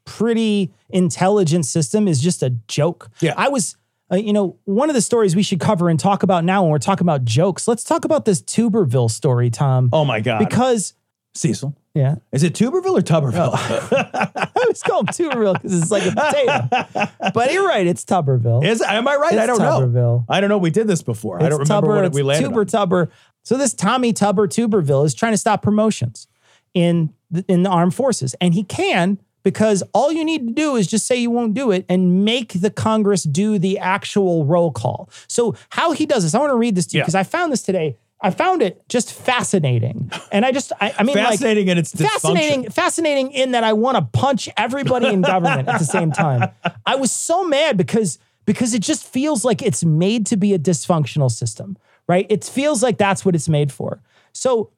S2: pretty intelligent system is just a joke.
S1: Yeah.
S2: I was. Uh, you know, one of the stories we should cover and talk about now when we're talking about jokes, let's talk about this Tuberville story, Tom.
S1: Oh my God.
S2: because,
S1: Cecil,
S2: yeah,
S1: is it Tuberville or Tuberville?
S2: I was called Tuberville because it's like a potato. but you're right, it's Tuberville.
S1: Is am I right?
S2: It's
S1: I don't know.
S2: Tuberville.
S1: I don't know. We did this before. I
S2: It's
S1: don't remember
S2: Tubber,
S1: what
S2: it's
S1: we landed.
S2: Tuber
S1: on.
S2: Tubber. So this Tommy Tubber Tuberville is trying to stop promotions in the, in the armed forces, and he can because all you need to do is just say you won't do it and make the Congress do the actual roll call. So how he does this, I want to read this to you
S1: Yeah.
S2: because I found this today. I found it just fascinating, and I just I, I mean like,
S1: fascinating and it's dysfunction.
S2: fascinating fascinating in that i want to punch everybody in government at the same time i was so mad because because it just feels like it's made to be a dysfunctional system right it feels like that's what it's made for so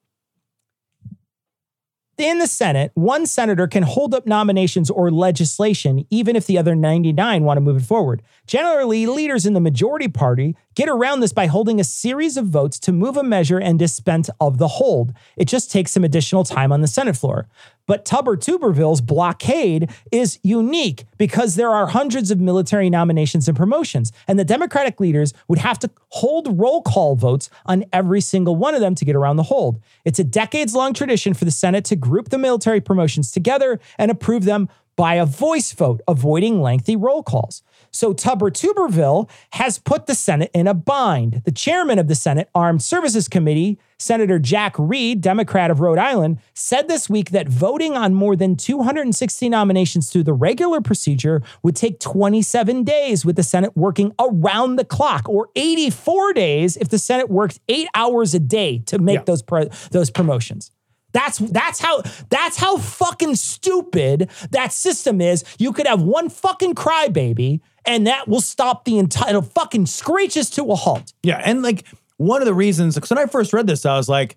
S2: in the Senate, one senator can hold up nominations or legislation, even if the other 99 want to move it forward. Generally, leaders in the majority party get around this by holding a series of votes to move a measure and dispense of the hold. It just takes some additional time on the Senate floor. But Tubber Tuberville's blockade is unique because there are hundreds of military nominations and promotions, and the Democratic leaders would have to hold roll call votes on every single one of them to get around the hold. It's a decades long tradition for the Senate to group the military promotions together and approve them by a voice vote, avoiding lengthy roll calls. So Tubber Tuberville has put the Senate in a bind. The chairman of the Senate Armed Services Committee, Senator Jack Reed, Democrat of Rhode Island, said this week that voting on more than 260 nominations through the regular procedure would take 27 days with the Senate working around the clock or 84 days if the Senate worked 8 hours a day to make those pro- those promotions. That's that's how that's how fucking stupid that system is. You could have one fucking crybaby, and that will stop the entire it'll fucking screeches to a halt.
S1: Yeah, and like one of the reasons, because when I first read this, I was like,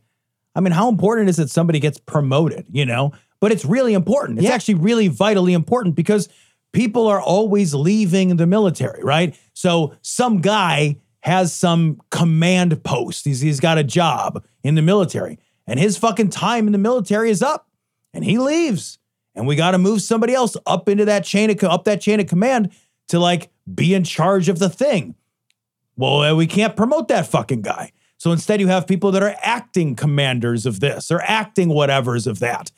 S1: I mean, how important is it somebody gets promoted? You know, but it's really important. It's
S2: Yeah.
S1: actually really vitally important because people are always leaving the military, right? So some guy has some command post. He's he's got a job in the military, and his fucking time in the military is up, and he leaves, and we got to move somebody else up into that chain of co- up that chain of command to like be in charge of the thing. Well, uh, we can't promote that fucking guy. So instead, you have people that are acting commanders of this or acting whatevers of that.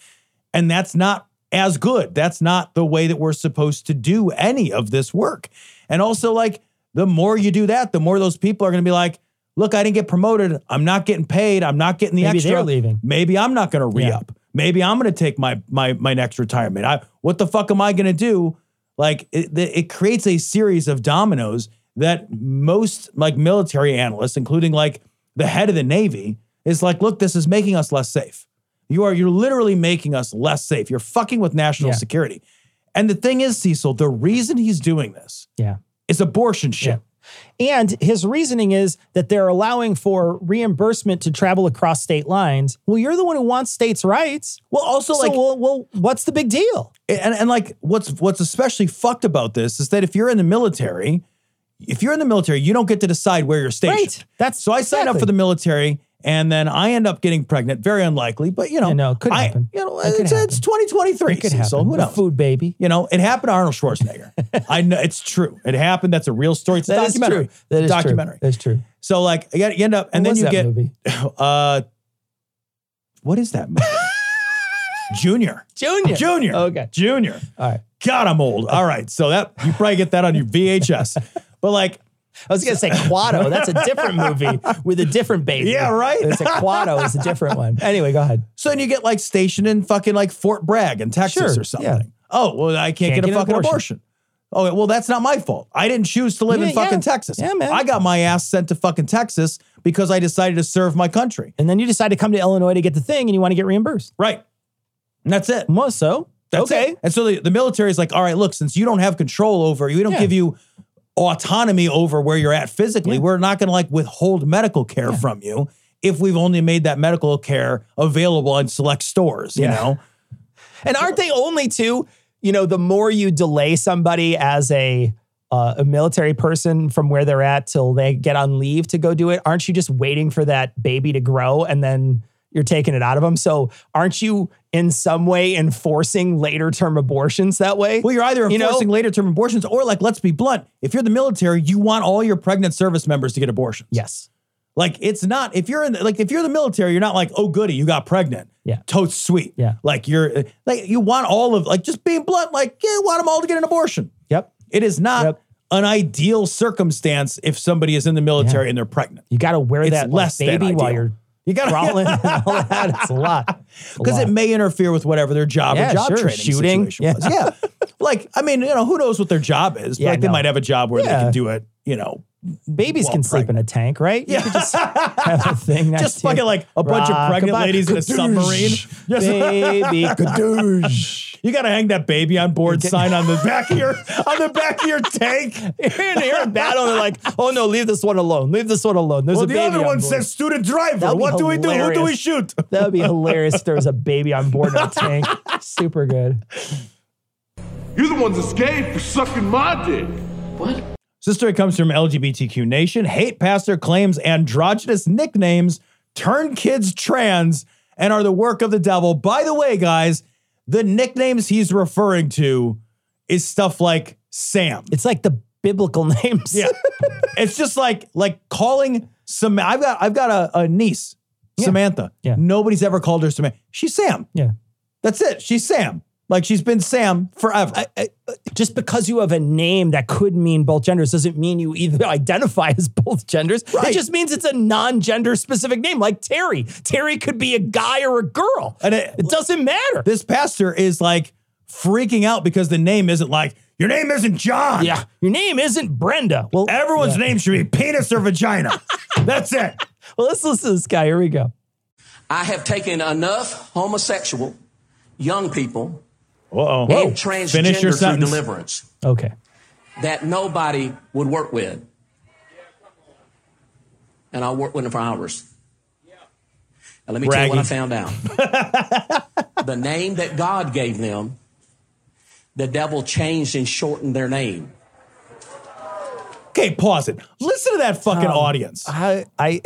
S1: And that's not as good. That's not the way that we're supposed to do any of this work. And also, like, the more you do that, the more those people are going to be like, look, I didn't get promoted. I'm not getting paid. I'm not getting the
S2: Maybe
S1: extra.
S2: they're leaving.
S1: Maybe I'm not going to re
S2: Yeah.
S1: up. Maybe I'm going to take my my my next retirement. I what the fuck am I going to do? Like it, the- it creates a series of dominoes that most like military analysts, including like the head of the Navy, is like, look, this is making us less safe. You are you're literally making us less safe. You're fucking with national
S2: Yeah.
S1: security. And the thing is, Cecil, the reason he's doing this
S2: Yeah.
S1: is abortion shit.
S2: And his reasoning is that they're allowing for reimbursement to travel across state lines. Well, you're the one who wants states' rights.
S1: Well, also
S2: So,
S1: like
S2: well, well, what's the big deal?
S1: and and like what's what's especially fucked about this is that if you're in the military, if you're in the military, you don't get to decide where you're stationed.
S2: Right. That's
S1: so I signed up
S2: exactly.
S1: for the military, and then I end up getting pregnant. Very unlikely, but you know,
S2: Yeah, no, it could
S1: I-
S2: happen.
S1: You know,
S2: It could
S1: it's, it's 2023.
S2: It could
S1: so
S2: happen.
S1: who
S2: A
S1: knows?
S2: Food baby.
S1: You know, it happened to Arnold Schwarzenegger. I know it's true. It happened. That's a real story. It's a
S2: That is
S1: documentary.
S2: true. That is true.
S1: documentary.
S2: That's true.
S1: So like you gotta- you end up, and then
S2: What was
S1: you
S2: that
S1: get
S2: movie?
S1: uh, what is that movie? Junior.
S2: Junior.
S1: Junior.
S2: Okay.
S1: Junior.
S2: All right.
S1: God, I'm old. All right. So that you probably get that on your VHS. But like,
S2: I was gonna say Quado. That's a different movie with a different baby.
S1: Yeah, right?
S2: It's a Quado is a different one. Anyway, go ahead.
S1: so then you get like stationed in fucking like Fort Bragg in Texas
S2: Sure,
S1: or something.
S2: yeah.
S1: Oh, well, I can't, get, a
S2: an
S1: fucking abortion. Oh,
S2: abortion.
S1: well, that's not my fault. I didn't choose to live in
S2: Yeah, yeah.
S1: fucking Texas.
S2: Yeah, man.
S1: I got my ass sent to fucking Texas because I decided to serve my country.
S2: And then you decide to come to Illinois to get the thing, and you want to get reimbursed.
S1: Right. And that's it.
S2: Well, so
S1: That's
S2: okay.
S1: it. And so the, the military is like, all right, look, since you don't have control over, we don't
S2: Yeah.
S1: give you autonomy over where you're at physically, we're not going to like withhold medical care from you if we've only made that medical care available in select stores, you
S2: Yeah.
S1: know?
S3: And aren't they only two? You know, the more you delay somebody as a uh, a military person from where they're at till they get on leave to go do it, aren't you just waiting for that baby to grow and then you're taking it out of them? So aren't you in some way enforcing later term abortions that way?
S1: Well, you're either
S3: You know-
S1: enforcing later term abortions or, like, let's be blunt, if you're the military, you want all your pregnant service members to get abortions.
S3: yes.
S1: Like it's not if you're in like if you're the military, you're not like oh goody, you got pregnant.
S2: Yeah.
S1: totes sweet.
S2: Yeah.
S1: like you're like you want all of like just being blunt. Like yeah, you want them all to get an abortion.
S2: Yep.
S1: It is not
S2: Yep.
S1: an ideal circumstance if somebody is in the military and they're pregnant
S2: You got to wear
S1: It's
S2: that like,
S1: less than
S2: baby while
S1: ideal.
S2: you're
S1: You gotta-
S2: crawling and all that. It's a lot.
S1: because it may interfere with whatever their job
S2: Yeah,
S1: or job
S2: sure.
S1: training
S2: Shooting.
S1: situation was. Yeah, like I mean, you know, who knows what their job is? But
S2: Yeah,
S1: like they
S2: no.
S1: might have a job where they
S2: Yeah.
S1: can do it. You know,
S2: babies
S1: while
S2: can sleep in a tank, right? Yeah. You could just have a thing next
S1: just
S2: to you.
S1: fucking like a bunch
S2: Rock
S1: of pregnant
S2: body.
S1: ladies in a submarine. Yes.
S2: Baby.
S1: You gotta hang that baby on board sign on the back of your on the back of your tank.
S3: and you're in battle and they're like, oh no, leave this one alone. Leave this one alone. There's
S1: Well,
S3: a
S1: the
S3: baby
S1: other
S3: on
S1: one
S3: board.
S1: says student driver.
S2: That'd be
S1: what do we do? Who do we
S2: hilarious.
S1: shoot?
S2: that would be hilarious if there was a baby on board in a tank. Super good.
S6: You're the ones that's gay for sucking my dick.
S1: This story comes from LGBTQ Nation. Hate pastor claims androgynous nicknames turn kids trans and are the work of the devil. By the way, guys, the nicknames he's referring to is stuff like Sam.
S2: It's like the biblical names.
S1: Yeah. it's just like like calling Sam. I've got I've got a, a niece, Samantha.
S2: Yeah.
S1: Nobody's ever called her Samantha. She's Sam.
S2: Yeah.
S1: That's it. She's Sam. Like she's been Sam forever.
S2: Just because you have a name that could mean both genders doesn't mean you either identify as both genders.
S3: It
S1: Right.
S3: just means it's a non-gender specific name, like Terry. Terry could be a guy or a girl.
S1: and it,
S3: It doesn't matter.
S1: this pastor is like freaking out because the name isn't like your name isn't John.
S3: Yeah. Your name isn't Brenda. Well,
S1: Everyone's name should be penis or vagina. That's it.
S2: Well, let's listen to this guy. Here we go.
S7: I have taken enough homosexual young people
S1: Uh-oh.
S7: and transgender through deliverance
S2: Okay.
S7: that nobody would work with. And I'll work with them for hours. And let me tell you what I
S1: Braggy.
S7: found out. the name that God gave them, the devil changed and shortened their name.
S1: Okay, pause it. Listen to that fucking audience.
S2: Um, I I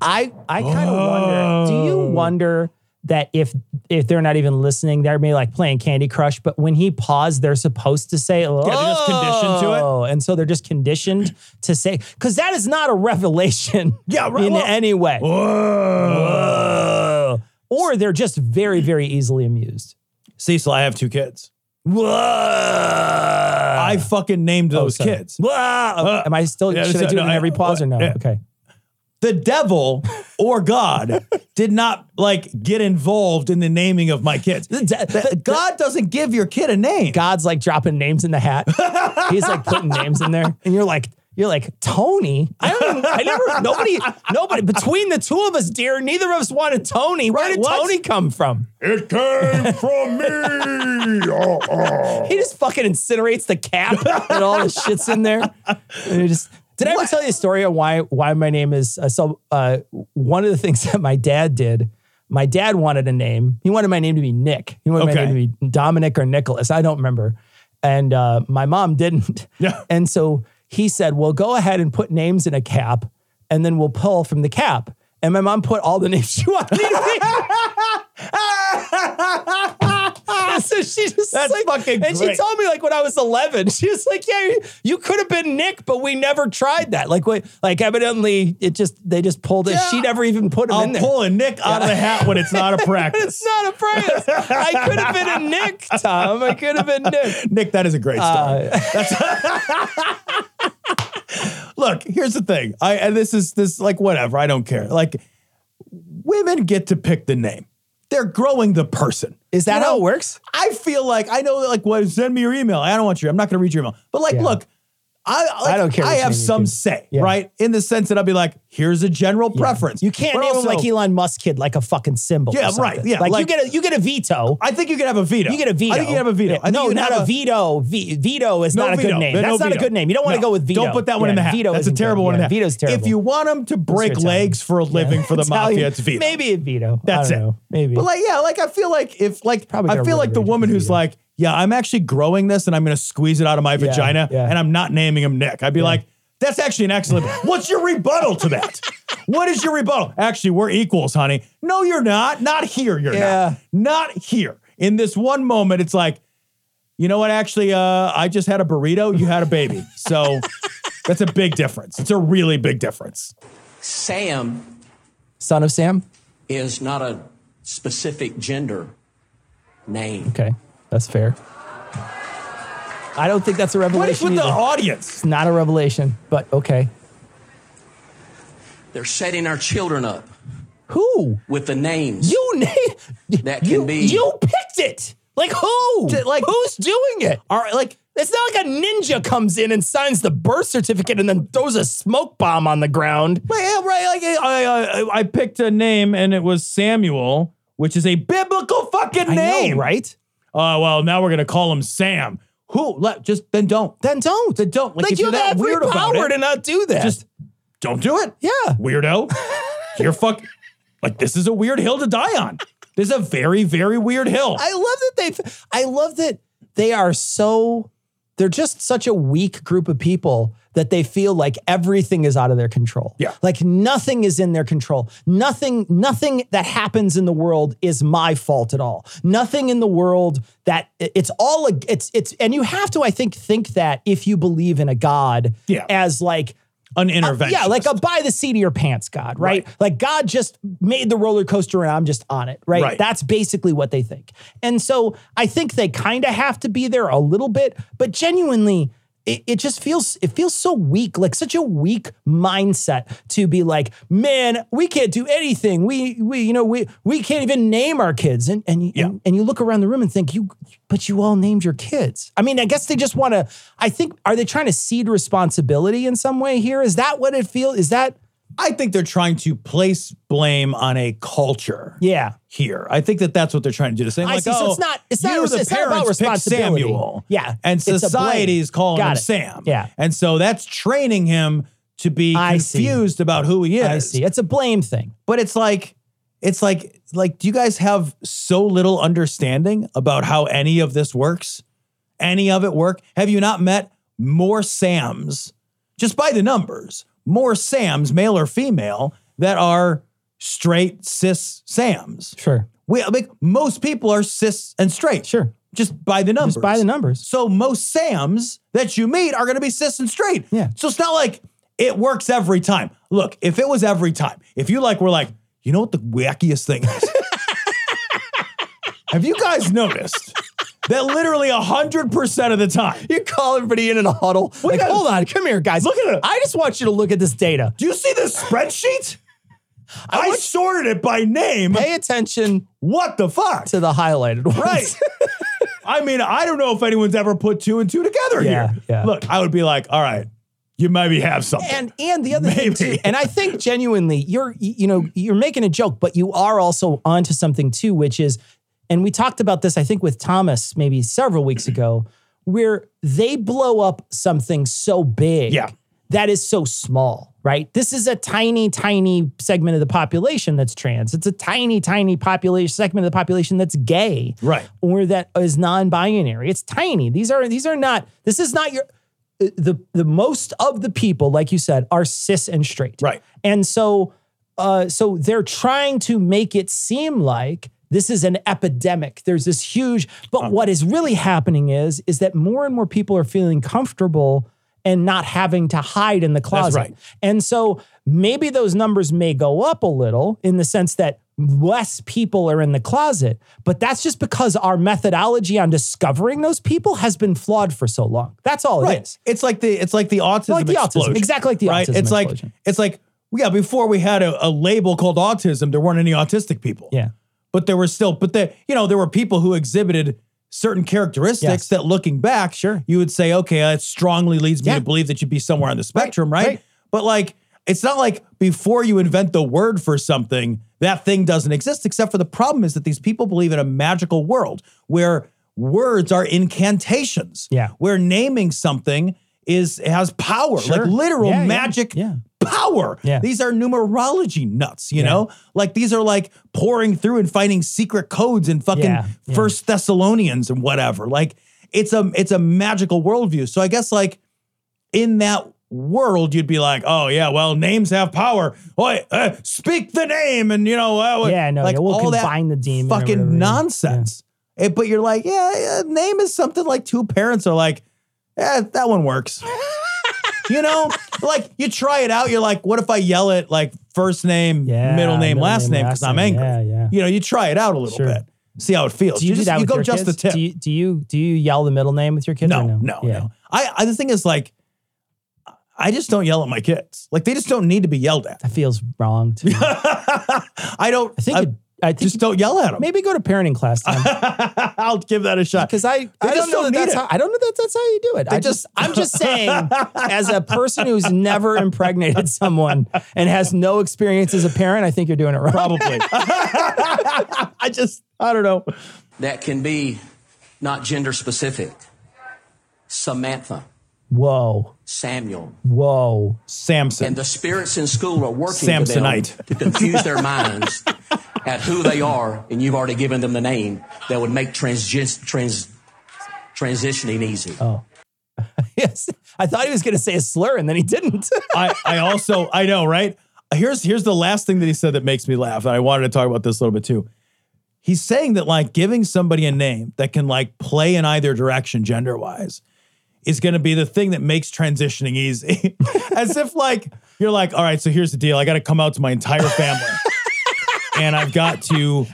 S2: I I kind of wonder. Do
S1: Oh.
S2: you wonder that if if they're not even listening, they're maybe like playing Candy Crush, but when he paused, they're supposed to say, "Oh,"
S1: they're just conditioned to it.
S2: and so they're just conditioned to say, because that is not a revelation,
S1: Yeah, right,
S2: in
S1: well- oh.
S2: any way. Whoa. Or they're just very very easily amused.
S1: Cecil, I have two kids. I fucking named those
S2: Oh, sorry.
S1: kids. Uh,
S2: Whoa. Am I still?
S1: yeah,
S2: should I
S1: so-
S2: do
S1: no,
S2: it in
S1: I-
S2: every pause or no?
S1: yeah.
S2: Okay.
S1: the devil or God did not like get involved in the naming of my kids. God doesn't give your kid a name.
S2: God's like dropping names in the hat. He's like putting names in there, and you're like, you're like Tony. I don't. Even, I never. Nobody. Nobody. Between the two of us, dear, neither of us wanted Tony. Where
S1: Right,
S2: did
S1: what?
S2: Tony come from?
S6: It came from me. Oh, oh.
S2: He just fucking incinerates the cap and all the shits in there. And he just. Did I ever tell you a story on why why my name is uh, so? Uh, one of the things that my dad did. My dad wanted a name. He wanted my name to be Nick. He wanted
S1: Okay.
S2: my name to be Dominic or Nicholas. I don't remember. And uh, my mom didn't.
S1: Yeah.
S2: And so he said, Well, go ahead and put names in a cap, and then we'll pull from the cap. And my mom put all the names she wanted me to be. And so she just
S1: That's
S2: like,
S1: fucking
S2: and she
S1: great.
S2: told me like when I was 11, she was like, yeah, you, you could have been Nick, but we never tried that. Like, wait, like evidently it just, they just pulled it.
S1: Yeah.
S2: She never even put him in
S1: I'll
S2: there.
S1: pull a Nick out of the hat when it's not a
S2: But
S1: practice.
S2: it's not a prize. I could have been a Nick, Tom. I could have been Nick.
S1: Nick, that is a great story.
S2: Uh,
S1: That's- Look, here's the thing. I and this is this like whatever. I don't care. Like women get to pick the name. They're growing the person.
S2: Is that
S1: You
S2: how it works?
S1: I feel like I know like what send me your email. I don't want your I'm not gonna read your email. But like
S2: Yeah.
S1: look, I, like,
S2: I don't care
S1: I
S2: which
S1: have
S2: name you
S1: some
S2: choose.
S1: say,
S2: Yeah.
S1: right? In the sense that I'll be like, here's a general preference.
S2: You can't
S1: But
S2: name him
S1: also,
S2: like Elon Musk kid like a fucking symbol. or
S1: Yeah,
S2: something.
S1: right, yeah,
S2: like, you
S1: like-
S2: get a you get a veto.
S1: I think you could have a veto.
S2: You get a veto.
S1: I think you can have a veto. I think
S2: no,
S1: you can
S2: not
S1: have
S2: a veto. V- veto is
S1: No
S2: not a
S1: veto.
S2: good name.
S1: No
S2: That's not a
S1: veto.
S2: good name. You don't want to
S1: No.
S2: go with veto.
S1: Don't put that one in
S2: Yeah,
S1: the hat.
S2: Veto
S1: That's a
S2: isn't good.
S1: terrible one in
S2: Yeah,
S1: the hat.
S2: Veto's terrible.
S1: If you want them to break
S2: Italian.
S1: legs for a living for the
S2: It's how you-
S1: mafia, it's veto.
S2: Maybe a veto.
S1: That's
S2: I don't
S1: it.
S2: Know. Maybe.
S1: But like, yeah, like I feel like if like
S2: Probably
S1: I
S2: got
S1: feel like the
S2: rid of
S1: woman
S2: it.
S1: who's like, yeah, I'm actually growing this and I'm gonna squeeze it out of my vagina
S2: yeah.
S1: and I'm not naming him Nick. I'd be like, that's actually an excellent. What's your rebuttal to that? What is your rebuttal? Actually, we're equals, honey. No, you're not. Not here, you're
S2: Yeah.
S1: not. Not here. In this one moment, it's like, you know what? Actually, uh, I just had a burrito. You had a baby. So that's a big difference. It's a really big difference.
S7: Sam
S2: son of Sam.
S7: is not a specific gender name.
S2: Okay, that's fair. I don't think that's a
S1: What is
S2: revelation.
S1: with the
S2: either.
S1: audience?
S2: Not a revelation, but okay.
S7: They're setting our children up
S2: Who
S7: with the names.
S2: you name?
S7: That can
S2: you,
S7: be-
S2: You picked it. Like who?
S1: Did- like-
S2: who's doing it? All right, like it's not like a ninja comes in and signs the birth certificate and then throws a smoke bomb on the ground.
S1: Like, yeah, right. Like uh, I, I, I picked a name and it was Samuel, which is a biblical fucking
S2: I know,
S1: name,
S2: right?
S1: Oh well, now we're gonna call him Sam. Who? Let just then don't.
S2: Then don't.
S1: Then don't. Like,
S2: Like,
S1: if
S2: you
S1: you're that
S2: have every
S1: weird about
S2: power
S1: it,
S2: to not do that.
S1: Just don't do it.
S2: yeah.
S1: Weirdo. you're fuck. Like this is a weird hill to die on. This is a very very weird hill.
S2: I love that they've I love that they are so they're just such a weak group of people that they feel like everything is out of their control.
S1: Yeah.
S2: Like nothing is in their control. Nothing, nothing that happens in the world is my fault at all. Nothing in the world that it's all a- it's it's and you have to, I think, think that if you believe in a God
S1: Yeah.
S2: as like uh,
S1: An intervention.
S2: yeah, like a by the seat of your pants God, right?
S1: Right.
S2: Like God just made the roller coaster and I'm just on it, right?
S1: Right.
S2: That's basically what they think. And so I think they kind of have to be there a little bit, but genuinely, it, it just feels it feels so weak, like such a weak mindset to be like, man, we can't do anything. We we you know we we can't even name our kids. And and,
S1: Yeah.
S2: and and you look around the room and think you, but you all named your kids. I mean, I guess they just want to. I think are they trying to cede responsibility in some way here? Is that what it feels? Is that
S1: I think they're trying to place blame on a culture.
S2: yeah?
S1: here. I think that that's what they're trying to do. The same,
S2: I
S1: like,
S2: see.
S1: oh,
S2: So it's not- it's not-
S1: you were the
S2: it's not about
S1: parents, pick
S2: responsibility.
S1: Samuel,
S2: Yeah,
S1: and
S2: it's a blame.
S1: society's calling
S2: Got
S1: him
S2: it.
S1: Sam,
S2: Yeah.
S1: and so that's training him to be
S2: I see.
S1: confused about who he is.
S2: I see. It's a blame thing.
S1: But it's like, it's like, like, do you guys have so little understanding about how any of this works? Any of it work? Have you not met more Sams, just by the numbers, more Sams, male or female, that are straight cis Sams?
S2: Sure.
S1: We like most people are cis and straight.
S2: Sure.
S1: Just by the numbers.
S2: Just by the numbers.
S1: So most Sams that you meet are going to be cis and straight.
S2: Yeah.
S1: So it's not like it works every time. Look, if it was every time, if you like, we're like, you know what the wackiest thing is? Have you guys noticed that literally hundred percent of the time?
S2: You call everybody in in a huddle. like,
S1: guys-
S2: hold on, come here, guys.
S1: Look at it.
S2: I just want you to look at this data.
S1: Do you see this spreadsheet? I,
S2: want-
S1: sorted it by name.
S2: Pay attention
S1: What the fuck?
S2: to the highlighted ones.
S1: Right. I mean, I don't know if anyone's ever put two and two together
S2: Yeah,
S1: here.
S2: yeah.
S1: Look, I would be like, all right, you maybe have something.
S2: And and the other
S1: Maybe.
S2: thing too, and I think genuinely, you're you know you're making a joke, but you are also onto something too, which is, and we talked about this I think with Thomas maybe several weeks ago, where they blow up something so big,
S1: Yeah.
S2: that is so small, right? This is a tiny, tiny segment of the population that's trans. It's a tiny, tiny population segment of the population that's gay,
S1: Right.
S2: or that is non-binary. It's tiny. These are these are not. This is not your. The the most of the people, like you said, are cis and straight.
S1: Right.
S2: And so, uh, so they're trying to make it seem like this is an epidemic. There's this huge. But what is really happening is is that more and more people are feeling comfortable and not having to hide in the closet.
S1: right.
S2: And so maybe those numbers may go up a little in the sense that less people are in the closet, but that's just because our methodology on discovering those people has been flawed for so long. That's all it
S1: right.
S2: is.
S1: It's like the it's like the autism
S2: Like the autism.
S1: explosion.
S2: Exactly like the
S1: right?
S2: autism
S1: It's like
S2: explosion.
S1: it's like yeah. Before we had a, a label called autism, there weren't any autistic people.
S2: Yeah.
S1: But there were still, but there you know there were people who exhibited certain characteristics
S8: Yes.
S1: that looking back,
S8: Sure.
S1: you would say, okay, it strongly leads me
S8: Yeah.
S1: to believe that you'd be somewhere on the spectrum, right?
S8: right.
S1: But like, it's not like before you invent the word for something, that thing doesn't exist, except for the problem is that these people believe in a magical world where words are incantations,
S8: Yeah.
S1: where naming something is has power,
S8: Sure.
S1: like literal
S8: Yeah, yeah,
S1: magic
S8: yeah.
S1: power.
S8: Yeah.
S1: These are numerology nuts, you know? Like these are like pouring through and finding secret codes and fucking
S8: Yeah, yeah.
S1: First Thessalonians and whatever. Like it's a it's a magical worldview. So I guess like in that world, you'd be like, oh yeah, well, names have power. Oi, uh, speak the name, and you know, uh,
S8: Yeah, no,
S1: like
S8: yeah, we'll
S1: all that
S8: confine the demon or
S1: Fucking
S8: whatever, yeah.
S1: nonsense. Eh, but you're like, yeah, yeah, name is something like two parents are like, eh, that one works. you know, like you try it out. You're like, what if I yell it like first name,
S8: Yeah,
S1: middle name,
S8: middle
S1: last
S8: name,
S1: name because
S8: last
S1: I'm
S8: name.
S1: angry.
S8: Yeah, yeah.
S1: You know, you try it out a little
S8: Sure.
S1: bit, see how it feels.
S8: Do you, do
S1: just,
S8: that
S1: you
S8: with
S1: go
S8: your
S1: just
S8: kids?
S1: the tip.
S8: Do you, do you do you yell the middle name with your kids?
S1: No,
S8: or
S1: no,
S8: no,
S1: no.
S8: Yeah.
S1: I, I the thing is like I just don't yell at my kids. Like they just don't need to be yelled at.
S8: That feels wrong. To me. I
S1: I don't I
S8: think it, I think
S1: just don't yell at them.
S8: maybe go to parenting class time.
S1: I'll give that a shot.
S2: Because I, I
S1: just
S2: don't know
S1: don't
S2: that
S1: need
S2: that's
S1: it.
S2: how, I don't know that that's how you do it. I just, I'm just saying, as a person who's never impregnated someone and has no experience as a parent, I think you're doing it wrong.
S1: Probably. I just I don't know.
S7: that can be not gender specific. Samantha,
S8: Whoa,
S7: Samuel,
S8: whoa.
S1: Samson.
S7: and the spirits in school are working
S1: Samsonite.
S7: with them to confuse their minds at who they are, and you've already given them the name that would make transgen- trans- transitioning easy.
S9: Oh.
S2: yes. I thought he was going to say a slur and then he didn't.
S1: I, I also I know, right? Here's here's the last thing that he said that makes me laugh. And I wanted to talk about this a little bit too. He's saying that like giving somebody a name that can like play in either direction gender wise is going to be the thing that makes transitioning easy. As if like you're like, all right, so here's the deal. I got to come out to my entire family, and I've got to,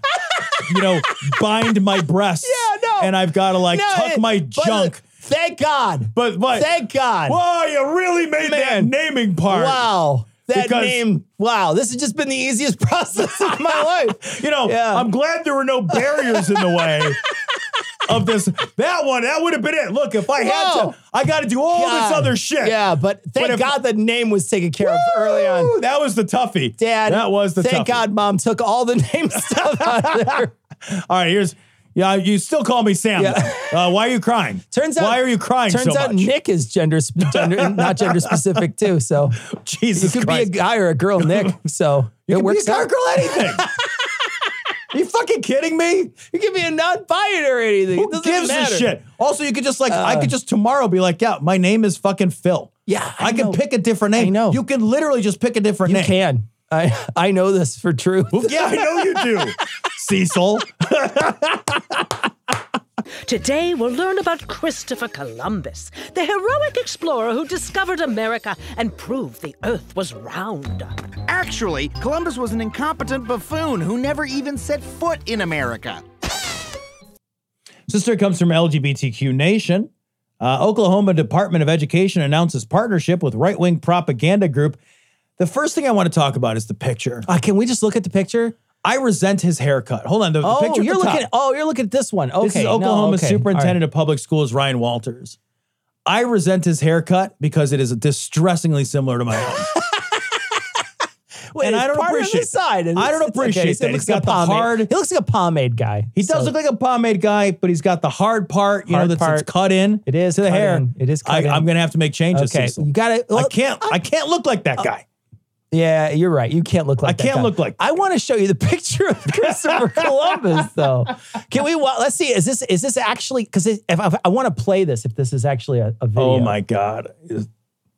S1: you know, bind my breasts.
S2: Yeah, no.
S1: And I've got to like
S2: No,
S1: tuck
S2: it-
S1: my
S2: but-
S1: junk.
S2: Thank God.
S1: But but
S2: Thank God.
S1: Wow, you really made that
S2: Man.
S1: naming part.
S2: Wow. That
S1: Because-
S2: name. Wow. This has just been the easiest process of my life.
S1: You know,
S2: Yeah.
S1: I'm glad there were no barriers in the way of this. That one, that would have been it. Look, if I had
S2: Whoa.
S1: to, I got to do all
S2: God.
S1: this other shit.
S2: Yeah, but thank
S1: But if-
S2: God the name was taken care of early on.
S1: Woo, that was the toughie.
S2: Dad,
S1: that was the toughie.
S2: thank God mom took all the name stuff out of there.
S1: All right, here's. Yeah, you still call me Sam. Uh, why are you crying?
S2: Turns out,
S1: why are you crying
S2: Turns
S1: so
S2: out
S1: much?
S2: Nick is gender, sp- gender not gender specific too. So
S1: Jesus
S2: it could
S1: Christ.
S2: be a guy or a girl, Nick. So
S1: you
S2: it
S1: can be
S2: works
S1: a guy or
S2: out.
S1: girl, anything. are you fucking kidding me?
S2: You can be a non-binary or anything.
S1: Who
S2: it doesn't
S1: gives
S2: matter. Uh.
S1: a shit? Also, you could just like I could just tomorrow be like, yeah, my name is fucking Phil.
S2: Yeah,
S1: I,
S2: I
S1: can
S2: know.
S1: pick a different name.
S2: I know.
S1: you can literally just pick a different
S2: You
S1: name.
S2: can. I I know this for truth.
S1: Yeah, I know you do, Cecil.
S9: Today, we'll learn about Christopher Columbus, the heroic explorer who discovered America and proved the Earth was round.
S10: Actually, Columbus was an incompetent buffoon who never even set foot in America.
S1: Sister comes from LGBTQ Nation. Uh, Oklahoma Department of Education announces partnership with right wing propaganda group. The first thing I want to talk about is the picture.
S2: Uh, can we just look at the picture?
S1: I resent his haircut. Hold on, the, the
S2: Oh,
S1: picture. at
S2: you're
S1: the top.
S2: looking. Oh, you're looking at this one. Okay,
S1: This is
S2: no,
S1: Oklahoma
S2: okay.
S1: Superintendent of Public Schools Ryan Walters. I resent his haircut because it is distressingly similar to my own.
S2: All right. Wait,
S1: and I
S2: it's
S1: don't
S2: part of the
S1: appreciate-
S2: side.
S1: I don't
S2: It's- it's-
S1: appreciate
S2: so
S1: that.
S2: It looks
S1: He's
S2: like
S1: got
S2: a
S1: the
S2: pomade.
S1: hard-
S2: He looks like a pomade guy.
S1: He does look like a pomade guy, but he's got the hard part, you
S2: Hard
S1: know, that's, that's
S2: part.
S1: cut in.
S2: It is
S1: to the
S2: cut
S1: hair.
S2: in. It is cut
S1: I,
S2: in.
S1: I'm gonna have to make changes.
S2: Okay,
S1: Cecil.
S2: you gotta-
S1: I
S2: well,
S1: can't. I, can't look like
S2: Oh.
S1: that guy.
S2: Yeah, you're right. You can't look like
S1: I
S2: that
S1: can't
S2: guy.
S1: look like-
S2: I want to show you the picture of Christopher Columbus, though. Can we? wa- Let's see. Is this is this actually? Because if, if I want to play this, if this is actually a, a video.
S1: Oh my god. Is-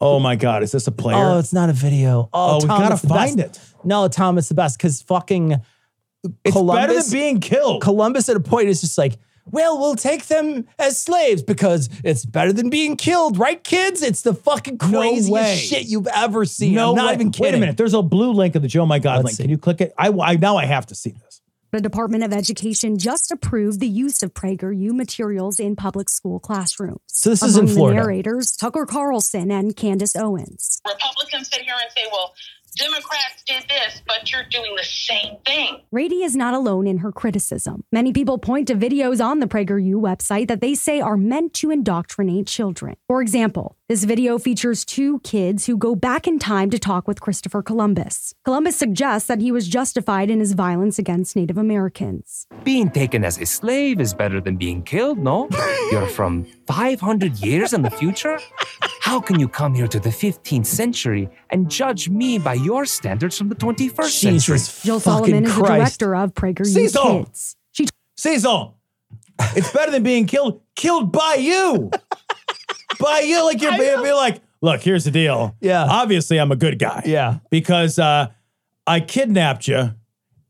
S1: oh my god. Is this a player?
S2: Oh, it's not a video.
S1: Oh,
S2: Oh,
S1: we
S2: Tom,
S1: gotta
S2: it's the
S1: find
S2: best.
S1: it.
S2: No, Tom, it's the best because fucking
S1: it's better
S2: Columbus.
S1: than being killed.
S2: Columbus at a point is just like, well, we'll take them as slaves because it's better than being killed, right, kids? It's the fucking craziest
S1: way.
S2: shit you've ever seen.
S1: no,
S2: I'm not
S1: way.
S2: even kidding.
S1: Wait a minute. There's a blue link of the Joe My God
S2: Let's
S1: link.
S2: see.
S1: Can you click it? I, I now I have to see this.
S4: The Department of Education just approved the use of PragerU materials in public school classrooms.
S2: So this is in
S4: Among the
S2: Florida.
S4: narrators Tucker Carlson and Candace Owens.
S9: Republicans sit here and say, well,
S11: Democrats did this, but you're doing the same thing.
S4: Rady is not alone in her criticism. Many people point to videos on the PragerU website that they say are meant to indoctrinate children. For example, this video features two kids who go back in time to talk with Christopher Columbus. Columbus suggests that he was justified in his violence against Native Americans.
S6: Being taken as a slave is better than being killed, no? You're from 500 years in the future? How can you come here to the 15th century and judge me by your standards from the 21st century?
S9: Jesus
S4: Jill
S9: fucking
S4: Solomon is the
S9: Christ.
S4: director of PragerU
S1: Cecil!
S4: Kids. She
S1: Cecil, it's better than being killed. Killed by you. by you. Like you're being be like, look, here's the deal. Yeah. Obviously, I'm a good guy. Yeah. Because uh, I kidnapped you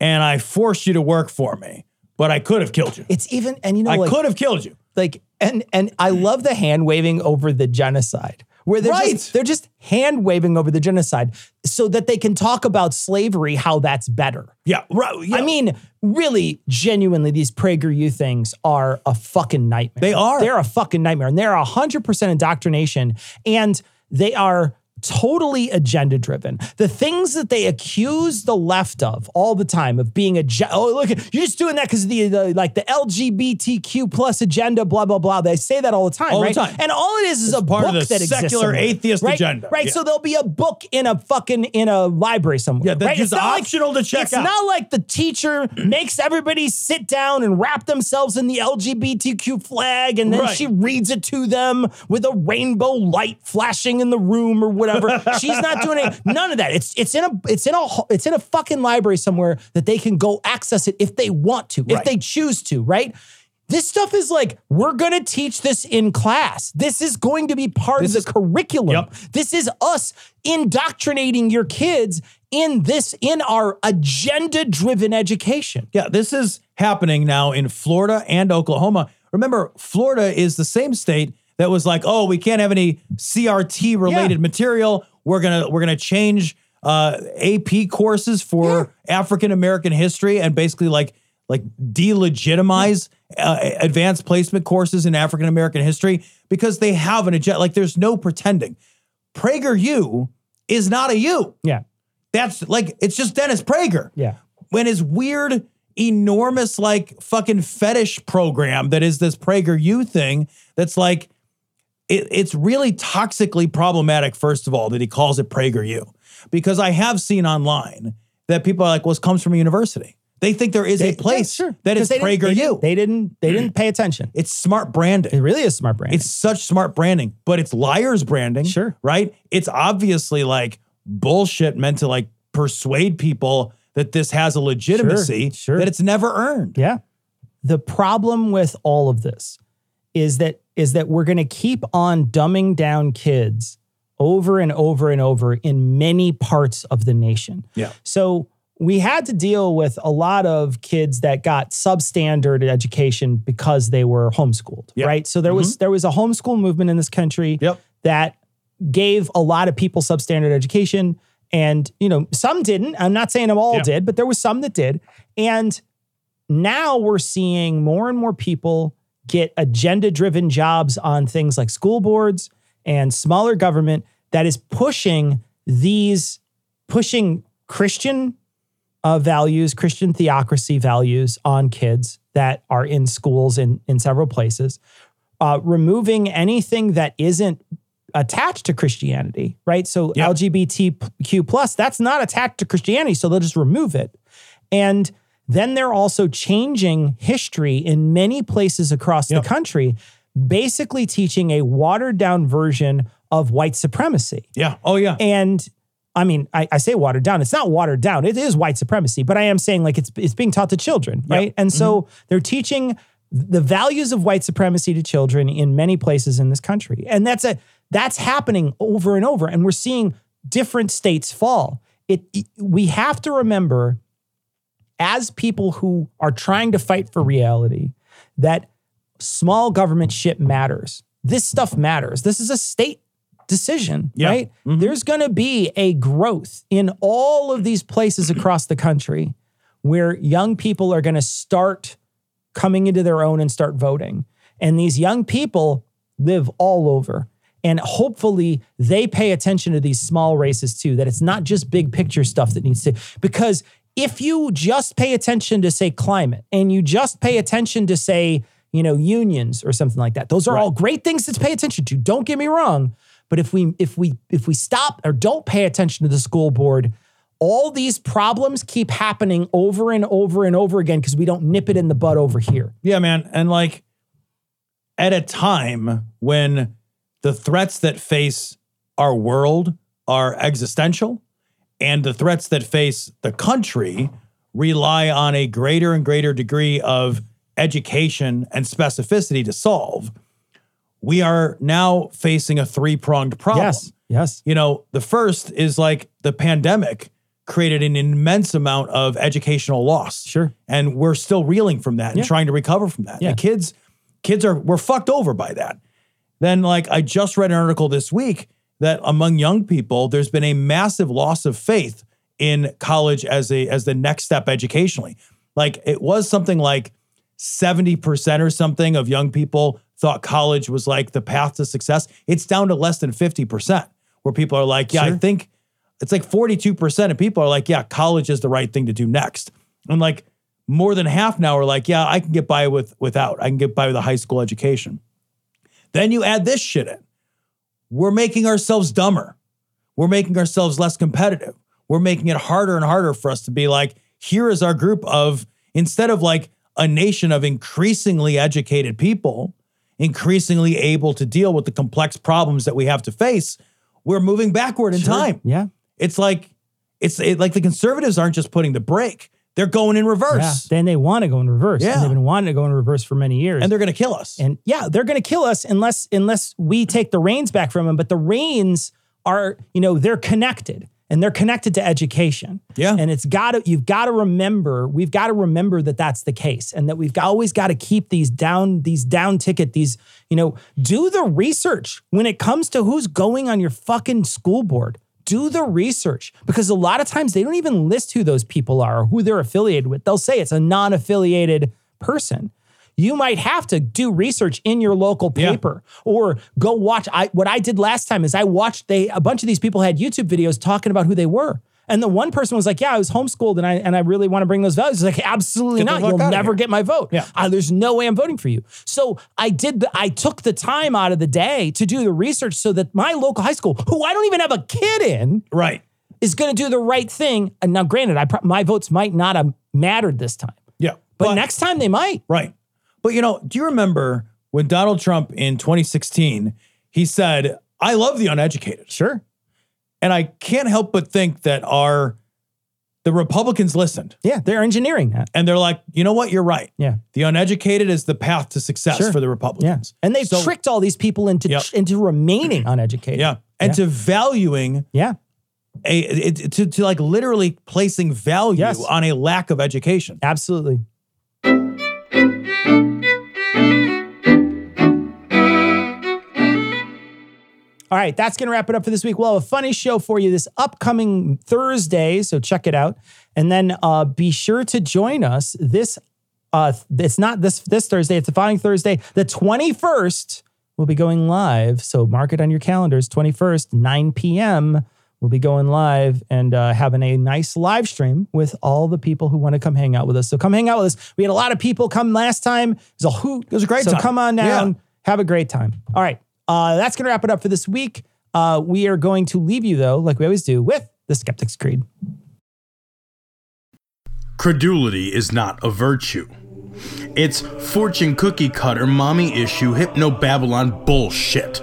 S1: and I forced you to work for me, but I could have killed you.
S2: It's even, and you know,
S1: I
S2: like,
S1: could have killed you.
S2: Like, and and I love the hand waving over the genocide, where they're just, they're just hand waving over the genocide, so that they can talk about slavery, how that's better.
S1: Yeah, right.
S2: I mean, really, genuinely, these PragerU things are a fucking nightmare. They are. They're a fucking nightmare, and they're hundred percent indoctrination, and they are totally agenda driven. The things that they accuse the left of all the time of being a ag- oh look you're just doing that because the, the like the LGBTQ plus agenda blah blah blah. They say that all the time,
S1: All the
S2: right?
S1: time.
S2: And all it is is
S1: It's
S2: a
S1: part of
S2: book
S1: the
S2: that exists
S1: secular
S2: somewhere,
S1: atheist
S2: right?
S1: agenda.
S2: Right.
S1: Yeah.
S2: So there'll be a book in a fucking in a library somewhere.
S1: Yeah, that
S2: right?
S1: is optional
S2: like,
S1: to check
S2: It's
S1: out.
S2: not like the teacher makes everybody sit down and wrap themselves in the LGBTQ flag and then
S1: Right.
S2: she reads it to them with a rainbow light flashing in the room or whatever. She's not doing it. None of that. It's it's in a it's in a ho- it's in a fucking library somewhere that they can go access it if they want to, if
S1: Right.
S2: they choose to, right? This stuff is like we're going to teach this in class. This is going to be part of the curriculum. This is us indoctrinating your kids in this in our agenda-driven education.
S1: Yeah, this is happening now in Florida and Oklahoma. Remember, Florida is the same state that was like, "Oh, we can't have any CRT related material. We're gonna we're gonna change uh, AP courses for African American history and basically like like delegitimize uh, advanced placement courses in African American history because they have an agenda. Like, there's no pretending. PragerU is not a U.
S2: Yeah.
S1: That's like it's just Dennis Prager
S2: Yeah.
S1: when his weird, enormous, like fucking fetish program that is this PragerU thing that's like, it, it's really toxically problematic, first of all, that he calls it PragerU. Because I have seen online that people are like, well, this comes from a university. They think there is
S2: They-
S1: a place
S2: yeah, sure.
S1: that is
S2: Because they didn't-
S1: PragerU.
S2: They didn't they didn't pay attention.
S1: It's smart branding.
S2: It really is smart branding.
S1: It's such smart branding, but it's liars branding. Sure. Right? It's obviously like bullshit meant to like persuade people that this has a legitimacy
S2: sure.
S1: that it's never earned.
S2: Yeah. The problem with all of this is that is that we're going to keep on dumbing down kids over and over and over in many parts of the nation.
S1: Yeah.
S2: So we had to deal with a lot of kids that got substandard education because they were homeschooled, right? So there was there was a homeschool movement in this country that gave a lot of people substandard education and you know some didn't. I'm not saying them all did, but there was some that did. And now we're seeing more and more people get agenda driven jobs on things like school boards and smaller government that is pushing these pushing christian uh, values christian theocracy values on kids that are in schools in in several places uh, removing anything that isn't attached to christianity right so lgbtq plus that's not attached to christianity so they'll just remove it and then they're also changing history in many places across the country, basically teaching a watered down version of white supremacy.
S1: Yeah. Oh, yeah.
S2: And I mean, I, I say watered down. It's not watered down. It is white supremacy, but I am saying like it's it's being taught to children, right? And so they're teaching the values of white supremacy to children in many places in this country. And that's a that's happening over and over. And we're seeing different states fall. It e, we have to remember as people who are trying to fight for reality that small government shit matters. This stuff matters. This is a state decision, right? There's going to be a growth in all of these places across the country where young people are going to start coming into their own and start voting. And these young people live all over. And hopefully they pay attention to these small races too, that it's not just big picture stuff that needs to, because if you just pay attention to, say, climate and you just pay attention to, say, you know, unions or something like that, those are all great things to pay attention to. Don't get me wrong. But if we if we if we stop or don't pay attention to the school board, all these problems keep happening over and over and over again because we don't nip it in the bud over here.
S1: Yeah, man. And like at a time when the threats that face our world are existential and the threats that face the country rely on a greater and greater degree of education and specificity to solve, we are now facing a three pronged problem.
S2: Yes. Yes.
S1: You know, the first is like the pandemic created an immense amount of educational loss.
S2: Sure.
S1: And we're still reeling from that and
S2: Yeah.
S1: trying to recover from that.
S2: Yeah.
S1: The kids, kids are we're fucked over by that. Then, like I just read an article this week that among young people, there's been a massive loss of faith in college as a as the next step educationally. Like it was something like 70% or something of young people thought college was like the path to success. It's down to less than 50% where people are like, yeah, I
S2: Sure.
S1: think it's like 42% of people are like, yeah, college is the right thing to do next. And like more than half now are like, yeah, I can get by with without. I can get by with a high school education. Then you add this shit in. We're making ourselves dumber. We're making ourselves less competitive. We're making it harder and harder for us to be like, here is our group of, instead of like a nation of increasingly educated people, increasingly able to deal with the complex problems that we have to face, we're moving backward in time.
S2: Yeah.
S1: It's like, it's it, like the conservatives aren't just putting the brake, they're going in reverse.
S2: Yeah. Then they want to go in reverse.
S1: Yeah.
S2: And they've been wanting to go in reverse for many years.
S1: And they're going to kill us.
S2: And yeah, they're going to kill us unless unless we take the reins back from them. But the reins are, you know, they're connected and they're connected to education.
S1: Yeah.
S2: And it's got to you've got to remember we've got to remember that that's the case and that we've got- always got to keep these down these down ticket these you know do the research when it comes to who's going on your fucking school board. Do the research because a lot of times they don't even list who those people are or who they're affiliated with. They'll say it's a non-affiliated person you might have to do research in your local paper or go watch I what I did last time is I watched they a bunch of these people had YouTube videos talking about who they were. And the one person was like, "Yeah, I was homeschooled, and I and I really want to bring those values." I was like, "Absolutely
S1: Get the
S2: not!
S1: fuck
S2: You'll
S1: outta
S2: never
S1: here."
S2: get my vote.
S1: Yeah.
S2: Uh, there's no way I'm voting for you." So I did. The, I took the time out of the day to do the research so that my local high school, who I don't even have a kid in,
S1: Right.
S2: is going to do the right thing. And now, granted, I pro- my votes might not have mattered this time,
S1: Yeah.
S2: but next time they might.
S1: Right. But you know, do you remember when Donald Trump in 2016 he said, "I love the uneducated."
S2: Sure.
S1: And I can't help but think that our the Republicans listened
S2: Yeah, they're engineering that.
S1: and they're like, "You know what? You're right.
S2: Yeah.
S1: The uneducated is the path to success
S2: Sure.
S1: for the
S2: Yeah.
S1: Republicans."
S2: And they've
S1: So-
S2: tricked all these people into
S1: Yep.
S2: into remaining uneducated.
S1: Yeah. And to valuing
S2: Yeah.
S1: a it, to to like literally placing value
S2: Yes.
S1: on a lack of education.
S2: Absolutely. All right, that's going to wrap it up for this week. We'll have a funny show for you this upcoming Thursday, so check it out. And then uh, be sure to join us this. Uh, th- it's not this this Thursday. It's the following Thursday, the twenty first. We'll be going live, so mark it on your calendars. Twenty first, nine p.m. We'll be going live and uh, having a nice live stream with all the people who want to come hang out with us. So come hang out with us. We had a lot of people come last time. It was a hoot. It
S1: was a great
S2: so
S1: time.
S2: come on down.
S1: Yeah.
S2: Have a great time. All right. Uh, that's going to wrap it up for this week. Uh, we are going to leave you, though, like we always do, with the Skeptic's Creed.
S9: Credulity is not a virtue. It's fortune cookie cutter, mommy issue, hypno Babylon bullshit.